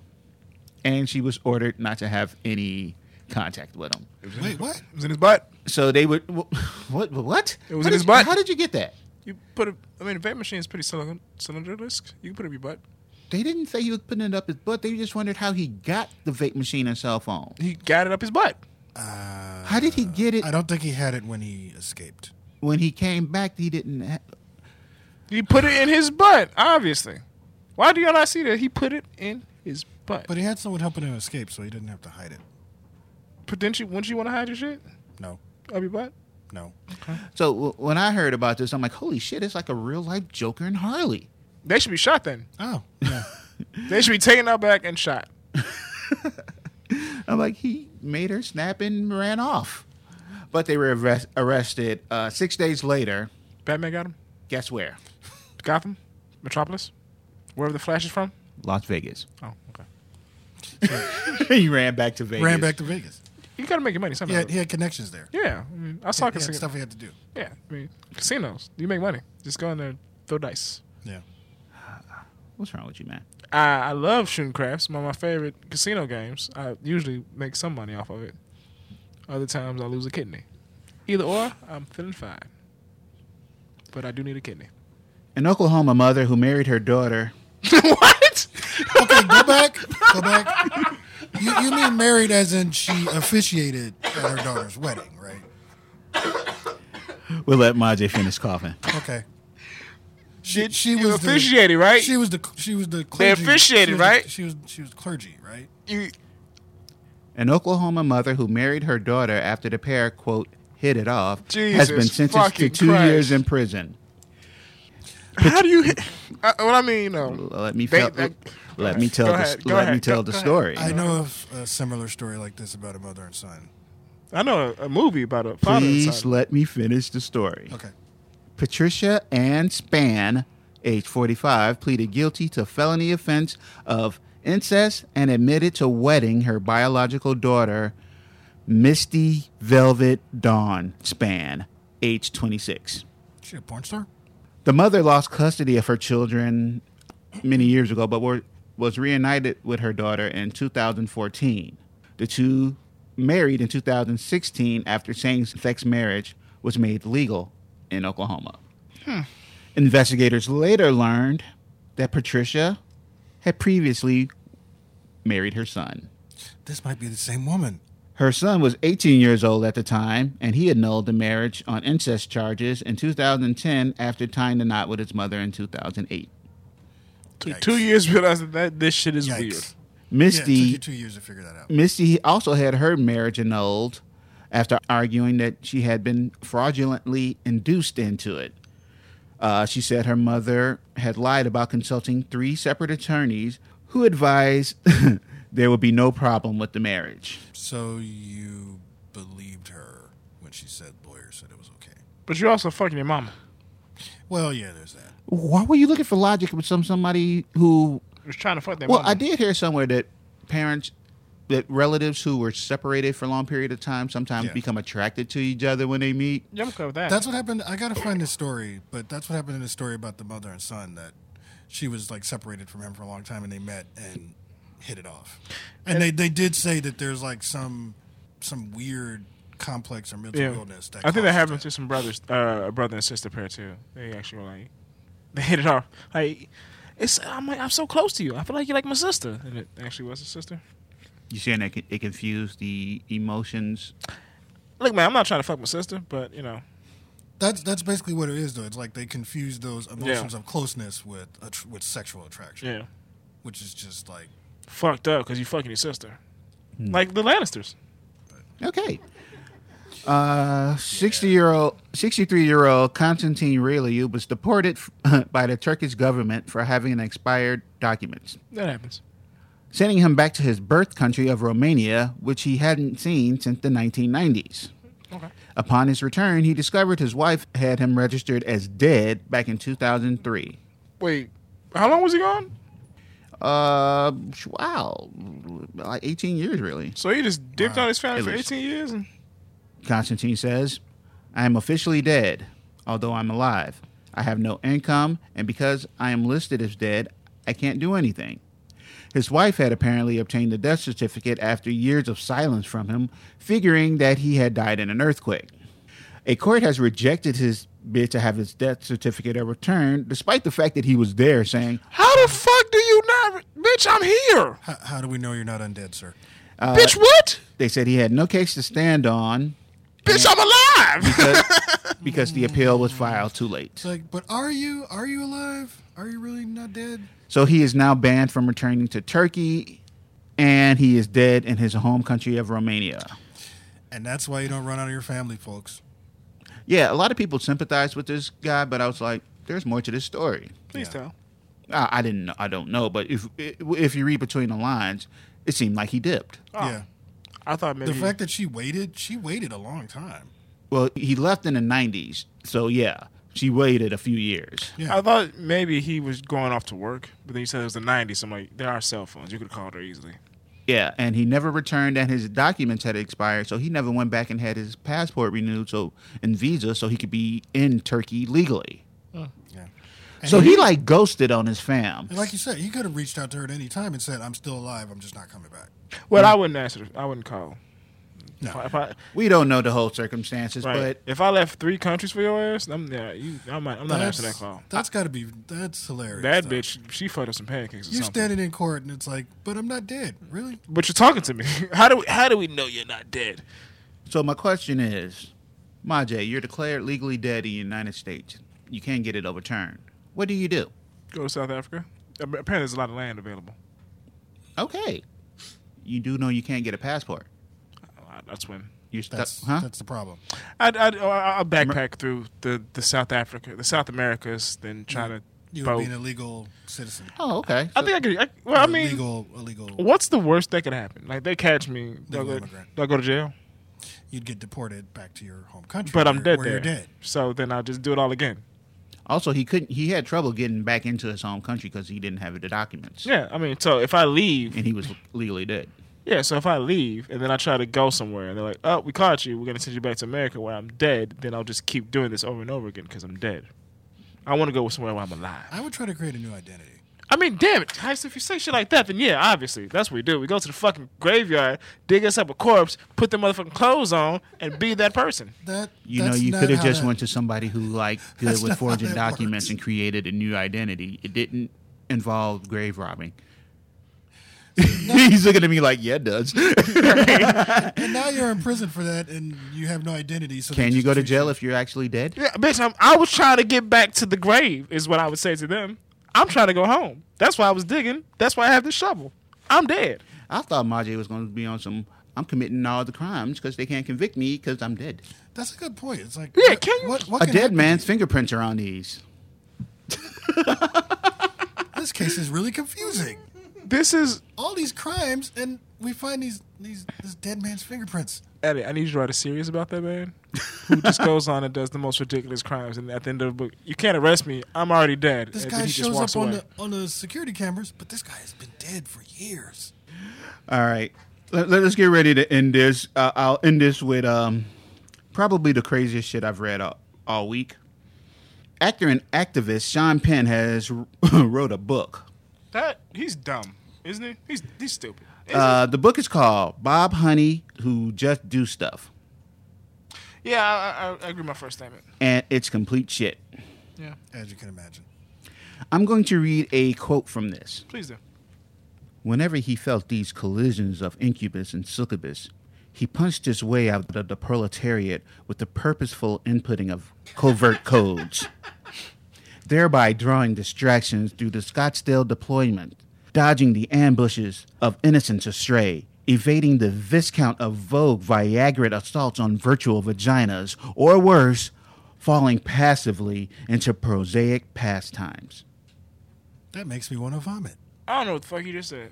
Speaker 3: And she was ordered not to have any contact with him.
Speaker 2: Wait, what?
Speaker 1: It was in his butt.
Speaker 3: So they would. What? What?
Speaker 1: It was
Speaker 3: How
Speaker 1: in
Speaker 3: did
Speaker 1: his
Speaker 3: you-
Speaker 1: butt.
Speaker 3: How did you get that?
Speaker 1: You put a. I mean, a vape machine is pretty cylind- cylindrical. You can put it in your butt.
Speaker 3: They didn't say he was putting it up his butt. They just wondered how he got the vape machine and cell phone.
Speaker 1: He got it up his butt.
Speaker 3: How did he get it
Speaker 2: Uh, I don't think he had it when he escaped.
Speaker 3: when he came back? He didn't. Ha-
Speaker 1: He put it in his butt. Obviously, why do y'all not see that he put it in his butt?
Speaker 2: But he had someone helping him escape, so he didn't have to hide it.
Speaker 1: potentially, wouldn't you want to hide your shit
Speaker 2: No,
Speaker 1: up your butt?
Speaker 2: no.
Speaker 3: so w- when I heard about this, I'm like, holy shit! It's like a real life Joker and Harley.
Speaker 1: They should be shot then.
Speaker 2: Oh, yeah.
Speaker 1: They should be taken out back and shot.
Speaker 3: I'm like, he made her snap and ran off. But they were arrest- arrested uh, six days later.
Speaker 1: Batman got him.
Speaker 3: Guess where?
Speaker 1: Gotham, Metropolis, wherever the Flash is from.
Speaker 3: Las Vegas.
Speaker 1: Oh, okay.
Speaker 3: he ran back to Vegas.
Speaker 2: Ran back to Vegas.
Speaker 1: You gotta make your money
Speaker 2: He
Speaker 1: somehow.
Speaker 2: had, he had connections there.
Speaker 1: yeah, I mean, I saw
Speaker 2: He had
Speaker 1: casinos.
Speaker 2: stuff he had to do.
Speaker 1: Yeah, I mean, casinos. You make money. Just go in there, throw dice.
Speaker 2: Yeah.
Speaker 3: What's wrong with you, man?
Speaker 1: I, I love shooting crafts. One of my favorite casino games. I usually make some money off of it. Other times I lose a kidney. Either or, I'm feeling fine. But I do need a kidney.
Speaker 3: An Oklahoma mother who married her daughter
Speaker 1: what?
Speaker 2: Okay, go back. Go back. You, you mean married as in she officiated at her daughter's wedding, right?
Speaker 3: will let Majay finish coughing.
Speaker 2: Okay. She,
Speaker 1: Did
Speaker 2: she
Speaker 1: you
Speaker 2: was
Speaker 1: officiated,
Speaker 2: the,
Speaker 1: right?
Speaker 2: She was the she was the clergy.
Speaker 1: officiated,
Speaker 2: she was the-
Speaker 1: right?
Speaker 2: she was she was clergy, right?
Speaker 1: you,
Speaker 3: An Oklahoma mother who married her daughter after the pair, quote, hit it off, has
Speaker 1: Jesus
Speaker 3: been sentenced to
Speaker 1: fucking
Speaker 3: two
Speaker 1: Christ.
Speaker 3: years in prison.
Speaker 1: how do you? hit- I, what I mean, um,
Speaker 3: Let me
Speaker 1: They-
Speaker 3: tell,
Speaker 1: they-
Speaker 3: let me tell
Speaker 1: Go
Speaker 3: the,
Speaker 1: ahead, go
Speaker 3: let me
Speaker 1: ahead,
Speaker 3: tell the
Speaker 1: go- go
Speaker 3: story.
Speaker 1: ahead.
Speaker 2: I know of a similar story like this about a mother and son.
Speaker 1: I know a, a movie about a father. and
Speaker 3: Please
Speaker 1: son.
Speaker 3: let me finish the story.
Speaker 2: Okay.
Speaker 3: Patricia Ann Span, age 45, pleaded guilty to felony offense of incest and admitted to wedding her biological daughter, Misty Velvet Dawn Span, age 26.
Speaker 2: She a porn star?
Speaker 3: The mother lost custody of her children many years ago, but were, was reunited with her daughter in 2014. The two married in 2016 after same-sex marriage was made legal in Oklahoma. Investigators later learned that Patricia had previously married her son.
Speaker 2: This might be the same woman.
Speaker 3: Her son was 18 years old at the time, and he annulled the marriage on incest charges in 2010 after tying the knot with his mother in 2008.
Speaker 1: Took
Speaker 2: Yikes.
Speaker 1: two years realizing that this shit is
Speaker 2: Yikes.
Speaker 1: weird.
Speaker 2: Yeah, it took
Speaker 3: Misty
Speaker 2: you two years to figure that out.
Speaker 3: Misty also had her marriage annulled after arguing that she had been fraudulently induced into it. Uh, she said her mother had lied about consulting three separate attorneys who advised there would be no problem with the marriage.
Speaker 2: So you believed her when she said lawyer said it was okay.
Speaker 1: But you're also fucking your mama.
Speaker 2: Well, yeah, there's that.
Speaker 3: Why were you looking for logic with some somebody who?
Speaker 1: You're trying to fuck their
Speaker 3: Well,
Speaker 1: mama.
Speaker 3: I did hear somewhere that parents, that relatives who were separated for a long period of time sometimes
Speaker 2: Yeah.
Speaker 3: become attracted to each other when they meet.
Speaker 1: Yeah, I'm cool with that.
Speaker 2: That's what happened. I gotta find this story, but that's what happened in the story about the mother and son that she was like separated from him for a long time, and they met and hit it off. And they, they did say that there's like some some weird complex or mental
Speaker 1: yeah.
Speaker 2: illness. That
Speaker 1: I think that
Speaker 2: causes
Speaker 1: happened to some brothers, uh, a brother and sister pair too. They actually were like, they hit it off. Like, it's I'm like I'm so close to you. I feel like you're like my sister, and it actually was a sister.
Speaker 3: You saying that it confused the emotions
Speaker 1: Look, man, I'm not trying to fuck my sister, but you know,
Speaker 2: That's that's basically what it is, though. It's like they confuse those emotions of closeness with attr- with sexual attraction,
Speaker 1: yeah,
Speaker 2: which is just like
Speaker 1: fucked up because you fucking your sister, like the Lannisters.
Speaker 3: Okay. Uh, 60 year old, 63 year old Konstantin Reliu was deported f- by the Turkish government for having an expired documents,
Speaker 1: That happens.
Speaker 3: sending him back to his birth country of Romania, which he hadn't seen since the 1990s.
Speaker 1: Okay.
Speaker 3: Upon his return, he discovered his wife had him registered as dead back in 2003.
Speaker 1: Wait, how long was he gone?
Speaker 3: Uh, wow, like 18 years, really.
Speaker 1: So he just dipped on his family
Speaker 3: At
Speaker 1: for
Speaker 3: least.
Speaker 1: 18 years. And,
Speaker 3: Constantine says, I am officially dead, although I'm alive. I have no income, and because I am listed as dead, I can't do anything. His wife had apparently obtained a death certificate after years of silence from him, figuring that he had died in an earthquake. A court has rejected his bid to have his death certificate returned, despite the fact that he was there saying,
Speaker 1: how the fuck do you not, re- bitch? I'm here,
Speaker 2: how, how do we know you're not undead, sir?
Speaker 1: bitch. What?
Speaker 3: they said he had no case to stand on
Speaker 1: Bitch, I'm alive.
Speaker 3: because, because the appeal was filed too late.
Speaker 2: It's like, but are you are you alive? Are you really not dead?
Speaker 3: So he is now banned from returning to Turkey, and he is dead in his home country of Romania.
Speaker 2: And that's why you don't run out of your family, folks.
Speaker 3: Yeah, a lot of people sympathize with this guy, but I was like, there's more to this story.
Speaker 1: Please tell.
Speaker 3: I, I didn't, know, I don't know, but if if you read between the lines, it seemed like he dipped.
Speaker 2: Yeah,
Speaker 1: Ah, I thought
Speaker 2: the
Speaker 1: maybe
Speaker 2: fact that she waited, she waited a long time.
Speaker 3: Well, he left in the '90s, so yeah, she waited a few years.
Speaker 2: Yeah,
Speaker 1: I thought maybe he was going off to work, but then you said it was the 90s. I'm like, there are cell phones. You could have called her easily.
Speaker 3: Yeah, and he never returned, and his documents had expired, so he never went back and had his passport renewed, so and visa, so he could be in Turkey legally.
Speaker 2: yeah.
Speaker 3: So he like ghosted on his fam.
Speaker 2: And like you said, he could have reached out to her at any time and said, "I'm still alive. I'm just not coming back."
Speaker 1: Well, I wouldn't answer. I wouldn't call.
Speaker 2: Mm. No.
Speaker 1: If I, if I,
Speaker 3: We don't know the whole circumstances,
Speaker 1: right.
Speaker 3: but
Speaker 1: if I left three countries for your ass, I'm, yeah, you, I'm not, I'm not answering that call.
Speaker 2: That's got to be. That's hilarious.
Speaker 1: That
Speaker 2: though.
Speaker 1: bitch, she fucked up some pancakes or
Speaker 2: You're
Speaker 1: something.
Speaker 2: standing in court and it's like, but I'm not dead. Really?
Speaker 1: but you're talking to me.
Speaker 4: How do we how do we know you're not dead?
Speaker 3: so my question is, Majay, you're declared legally dead in the United States. You can't get it overturned. What do you do?
Speaker 1: Go to South Africa. Apparently, there's a lot of land available.
Speaker 3: Okay, you do know you can't get a passport.
Speaker 1: I- I'd swim.
Speaker 3: You're stuck,
Speaker 2: That's
Speaker 3: huh?
Speaker 2: that's the problem.
Speaker 1: Uh, I'd, I'd, oh, I'll backpack through the, the South Africa, the South Americas, then try to
Speaker 2: You would
Speaker 1: boat.
Speaker 2: be an illegal citizen.
Speaker 3: oh, okay.
Speaker 1: I think I could. I, well, I mean,
Speaker 2: illegal, illegal.
Speaker 1: What's the worst that could happen? Like they catch me, they'll go,
Speaker 2: immigrant.
Speaker 1: they'll go to jail,
Speaker 2: You'd get deported back to your home country.
Speaker 1: but I'm
Speaker 2: where-
Speaker 1: dead
Speaker 2: Where
Speaker 1: there.
Speaker 2: you're dead.
Speaker 1: So then I'll just do it all again.
Speaker 3: also, he couldn't. He had trouble getting back into his home country because he didn't have the documents,
Speaker 1: Yeah, I mean, so if I leave,
Speaker 3: and he was legally dead.
Speaker 1: yeah, so if I leave and then I try to go somewhere and they're like, "Oh, we caught you. We're gonna send you back to America where I'm dead." Then I'll just keep doing this over and over again because I'm dead. I want to go somewhere where I'm alive.
Speaker 2: I would try to create a new identity.
Speaker 1: I mean, damn it, Heist, if you say shit like that, then yeah, obviously. That's what we do. We go to the fucking graveyard, dig us up a corpse, put the motherfucking clothes on, and be that person.
Speaker 2: That
Speaker 3: You
Speaker 2: that's
Speaker 3: know, you
Speaker 2: not
Speaker 3: could have
Speaker 2: how
Speaker 3: just
Speaker 2: that-
Speaker 3: went to somebody who like good
Speaker 2: That's
Speaker 3: with
Speaker 2: not how
Speaker 3: forging
Speaker 2: that
Speaker 3: documents
Speaker 2: works.
Speaker 3: and created a new identity. It didn't involve grave robbing. He's looking at me like, yeah, it does.
Speaker 2: And now you're in prison for that, and you have no identity. So they
Speaker 3: Can you
Speaker 2: just
Speaker 3: go to
Speaker 2: treat
Speaker 3: jail if you're actually dead?
Speaker 1: Yeah, bitch, I'm, I was trying to get back to the grave, is what I would say to them. I'm trying to go home. That's why I was digging. That's why I have this shovel. I'm dead.
Speaker 3: I thought Majay was going to be on some. I'm committing all the crimes because they can't convict me because I'm dead.
Speaker 2: That's a good point. It's like
Speaker 1: Yeah,
Speaker 2: what-
Speaker 1: can you-
Speaker 2: what, what
Speaker 3: A
Speaker 2: can
Speaker 3: dead
Speaker 2: happen-
Speaker 3: man's fingerprints are on these.
Speaker 2: This case is really confusing.
Speaker 1: This is.
Speaker 2: All these crimes, and we find these these this dead man's fingerprints.
Speaker 1: Eddie, I need you to write a series about that man who just goes on and does the most ridiculous crimes. And at the end of the book, you can't arrest me. I'm already dead.
Speaker 2: This
Speaker 1: and
Speaker 2: guy
Speaker 1: then he just
Speaker 2: shows
Speaker 1: walks
Speaker 2: up on
Speaker 1: away.
Speaker 2: the on the security cameras, but this guy has been dead for years.
Speaker 3: All right.
Speaker 5: Let, let us get ready to end this. Uh, I'll end this with um,
Speaker 3: probably the craziest shit I've read all, all week. Actor and activist Sean Penn has wrote a book.
Speaker 1: That he's dumb, isn't he? He's he's stupid.
Speaker 3: Uh, the book is called Bob Honey Who Just Do Stuff,
Speaker 1: yeah, I, I, I agree. with My first statement.
Speaker 3: and it's complete shit.
Speaker 1: Yeah,
Speaker 2: As you can imagine,
Speaker 3: I'm going to read a quote from this.
Speaker 1: please do.
Speaker 3: Whenever he felt these collisions of incubus and succubus, he punched his way out of the proletariat with the purposeful inputting of covert codes, thereby drawing distractions through the Scottsdale deployment, dodging the ambushes of innocents astray, evading the viscount of Vogue Viagra assaults on virtual vaginas, or worse, falling passively into prosaic pastimes.
Speaker 2: that makes me want to vomit.
Speaker 1: I don't know what the fuck you just said.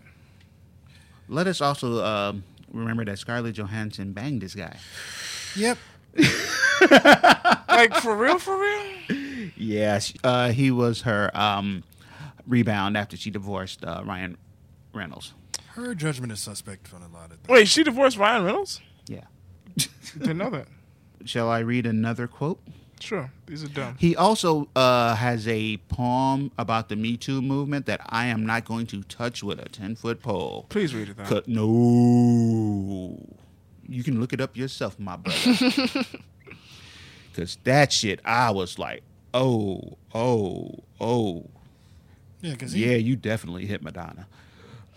Speaker 3: Let us also um, remember that Scarlett Johansson banged this guy.
Speaker 2: Yep.
Speaker 1: Like for real, for real.
Speaker 3: Yes, uh, he was her um, rebound after she divorced uh, Ryan Reynolds.
Speaker 2: Her judgment is suspect on a lot of things.
Speaker 1: Wait, she divorced Ryan Reynolds?
Speaker 3: Yeah.
Speaker 1: Didn't know that.
Speaker 3: Shall I read another quote?
Speaker 1: Sure, these are dumb.
Speaker 3: He also uh, has a poem about the Me Too movement that I am not going to touch with a ten foot pole.
Speaker 1: Please read it. Though.
Speaker 3: Cut. No. You can look it up yourself, my brother. Because that shit, I was like, oh, oh, oh.
Speaker 2: Yeah, because he,
Speaker 3: Yeah, you definitely hit Madonna.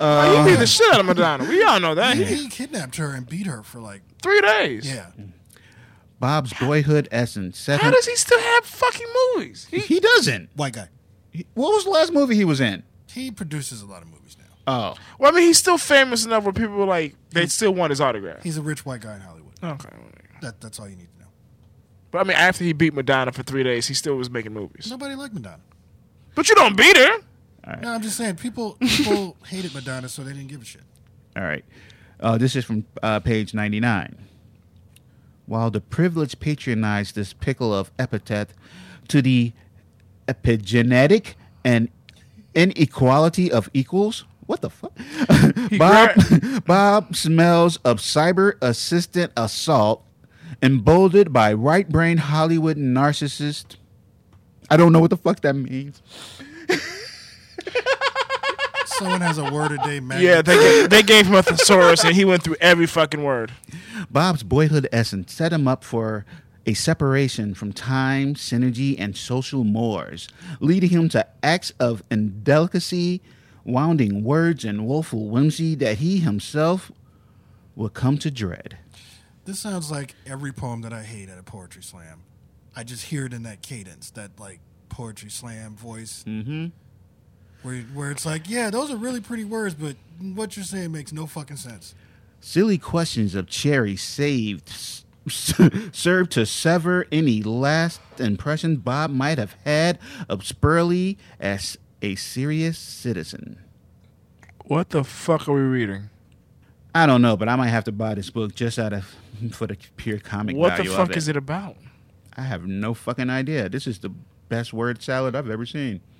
Speaker 1: Oh, he beat the shit out of Madonna. We all know that.
Speaker 2: he,
Speaker 1: He,
Speaker 2: he kidnapped her and beat her for like
Speaker 1: three days.
Speaker 2: yeah.
Speaker 3: Bob's boyhood essence. Seven,
Speaker 1: How does he still have fucking movies? He,
Speaker 3: He doesn't.
Speaker 2: White guy.
Speaker 3: What was the last movie he was in?
Speaker 2: He produces a lot of movies now.
Speaker 3: Oh,
Speaker 1: well, I mean, he's still famous enough where people like they still want his autograph.
Speaker 2: He's a rich white guy in Hollywood.
Speaker 1: Okay.
Speaker 2: That that's all you need to know.
Speaker 1: But I mean, after he beat Madonna for three days, he still was making movies.
Speaker 2: Nobody liked Madonna.
Speaker 1: But you don't beat her.
Speaker 2: No, I'm just saying people people hated Madonna, so they didn't give a shit.
Speaker 3: all right. Uh, this is from uh, page 99. While the privileged patronized this pickle of epithet to the epigenetic and inequality of equals, what the fuck? Bob, Bob smells of cyber assistant assault, emboldened by right brain Hollywood narcissist. I don't know what the fuck that means.
Speaker 2: Someone has a word a day magnet.
Speaker 1: Yeah, they gave, they gave him a thesaurus and he went through every fucking word.
Speaker 3: Bob's boyhood essence set him up for a separation from time, synergy, and social mores, leading him to acts of indelicacy, wounding words, and woeful whimsy that he himself would come to dread.
Speaker 2: This sounds like every poem that I hate at a poetry slam. I just hear it in that cadence, that like poetry slam voice. Mm-hmm. Where where it's like, yeah, those are really pretty words, but what you're saying makes no fucking sense.
Speaker 3: Silly questions of cherry saved s- served to sever any last impression Bob might have had of Spurley as a serious citizen.
Speaker 1: What the fuck are we reading?
Speaker 3: I don't know, but I might have to buy this book just out of for the pure comic
Speaker 1: What the
Speaker 3: value
Speaker 1: fuck
Speaker 3: of it.
Speaker 1: is it about?
Speaker 3: I have no fucking idea. This is the best word salad I've ever seen.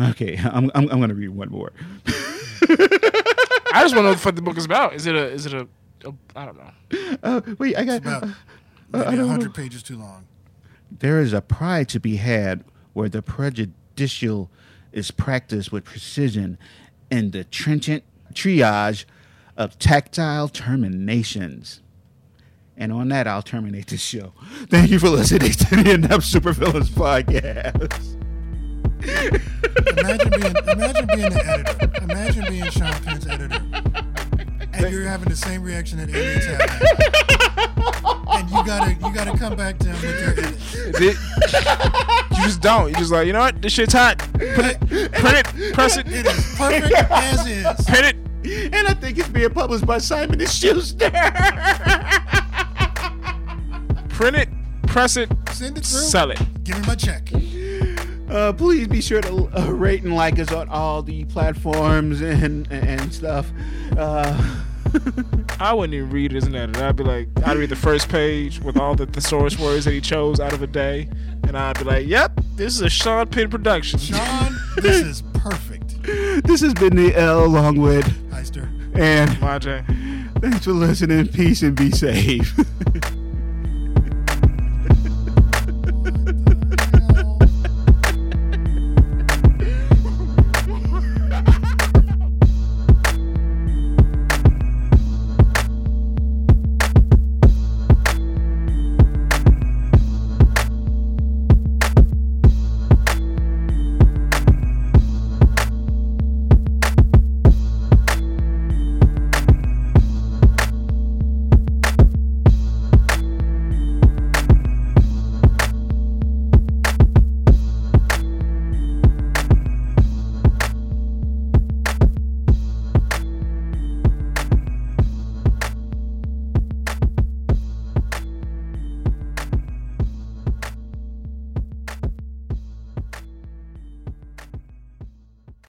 Speaker 3: Okay, I'm I'm, I'm gonna read one more.
Speaker 1: I just want to know what the fuck the book is about. Is it a? Is it a? a I don't know.
Speaker 3: Uh, wait, I got.
Speaker 2: About
Speaker 3: I
Speaker 2: maybe
Speaker 3: don't
Speaker 2: a
Speaker 3: know.
Speaker 2: hundred pages too long.
Speaker 3: there is a pride to be had where the prejudicial is practiced with precision in the trenchant triage of tactile terminations. And on that, I'll terminate this show. Thank you for listening to the In Depth Supervillains podcast.
Speaker 2: Imagine being, imagine being the editor. Imagine being Sean Penn's editor, and you're having the same reaction that aliens have. And you gotta, you gotta come back to him with your edit.
Speaker 1: It- you just don't. You just like, you know what? This shit's hot. Put it, print it, press it,
Speaker 2: It is perfect as is.
Speaker 1: print it.
Speaker 3: And I think it's being published by Simon and Schuster.
Speaker 1: print it, press it,
Speaker 2: Send it through.
Speaker 1: sell it.
Speaker 2: Give me my check.
Speaker 3: Uh, please be sure to uh, rate and like us on all the platforms and and stuff. Uh,
Speaker 1: I wouldn't even read it as an editor. I'd be like, I'd read the first page with all the thesaurus words that he chose out of a day, and I'd be like, yep, this is a Sean Penn production.
Speaker 2: John, this is perfect.
Speaker 3: this has been the L Longwood,
Speaker 2: Heister.
Speaker 3: and
Speaker 1: My J.
Speaker 3: thanks for listening. Peace and be safe.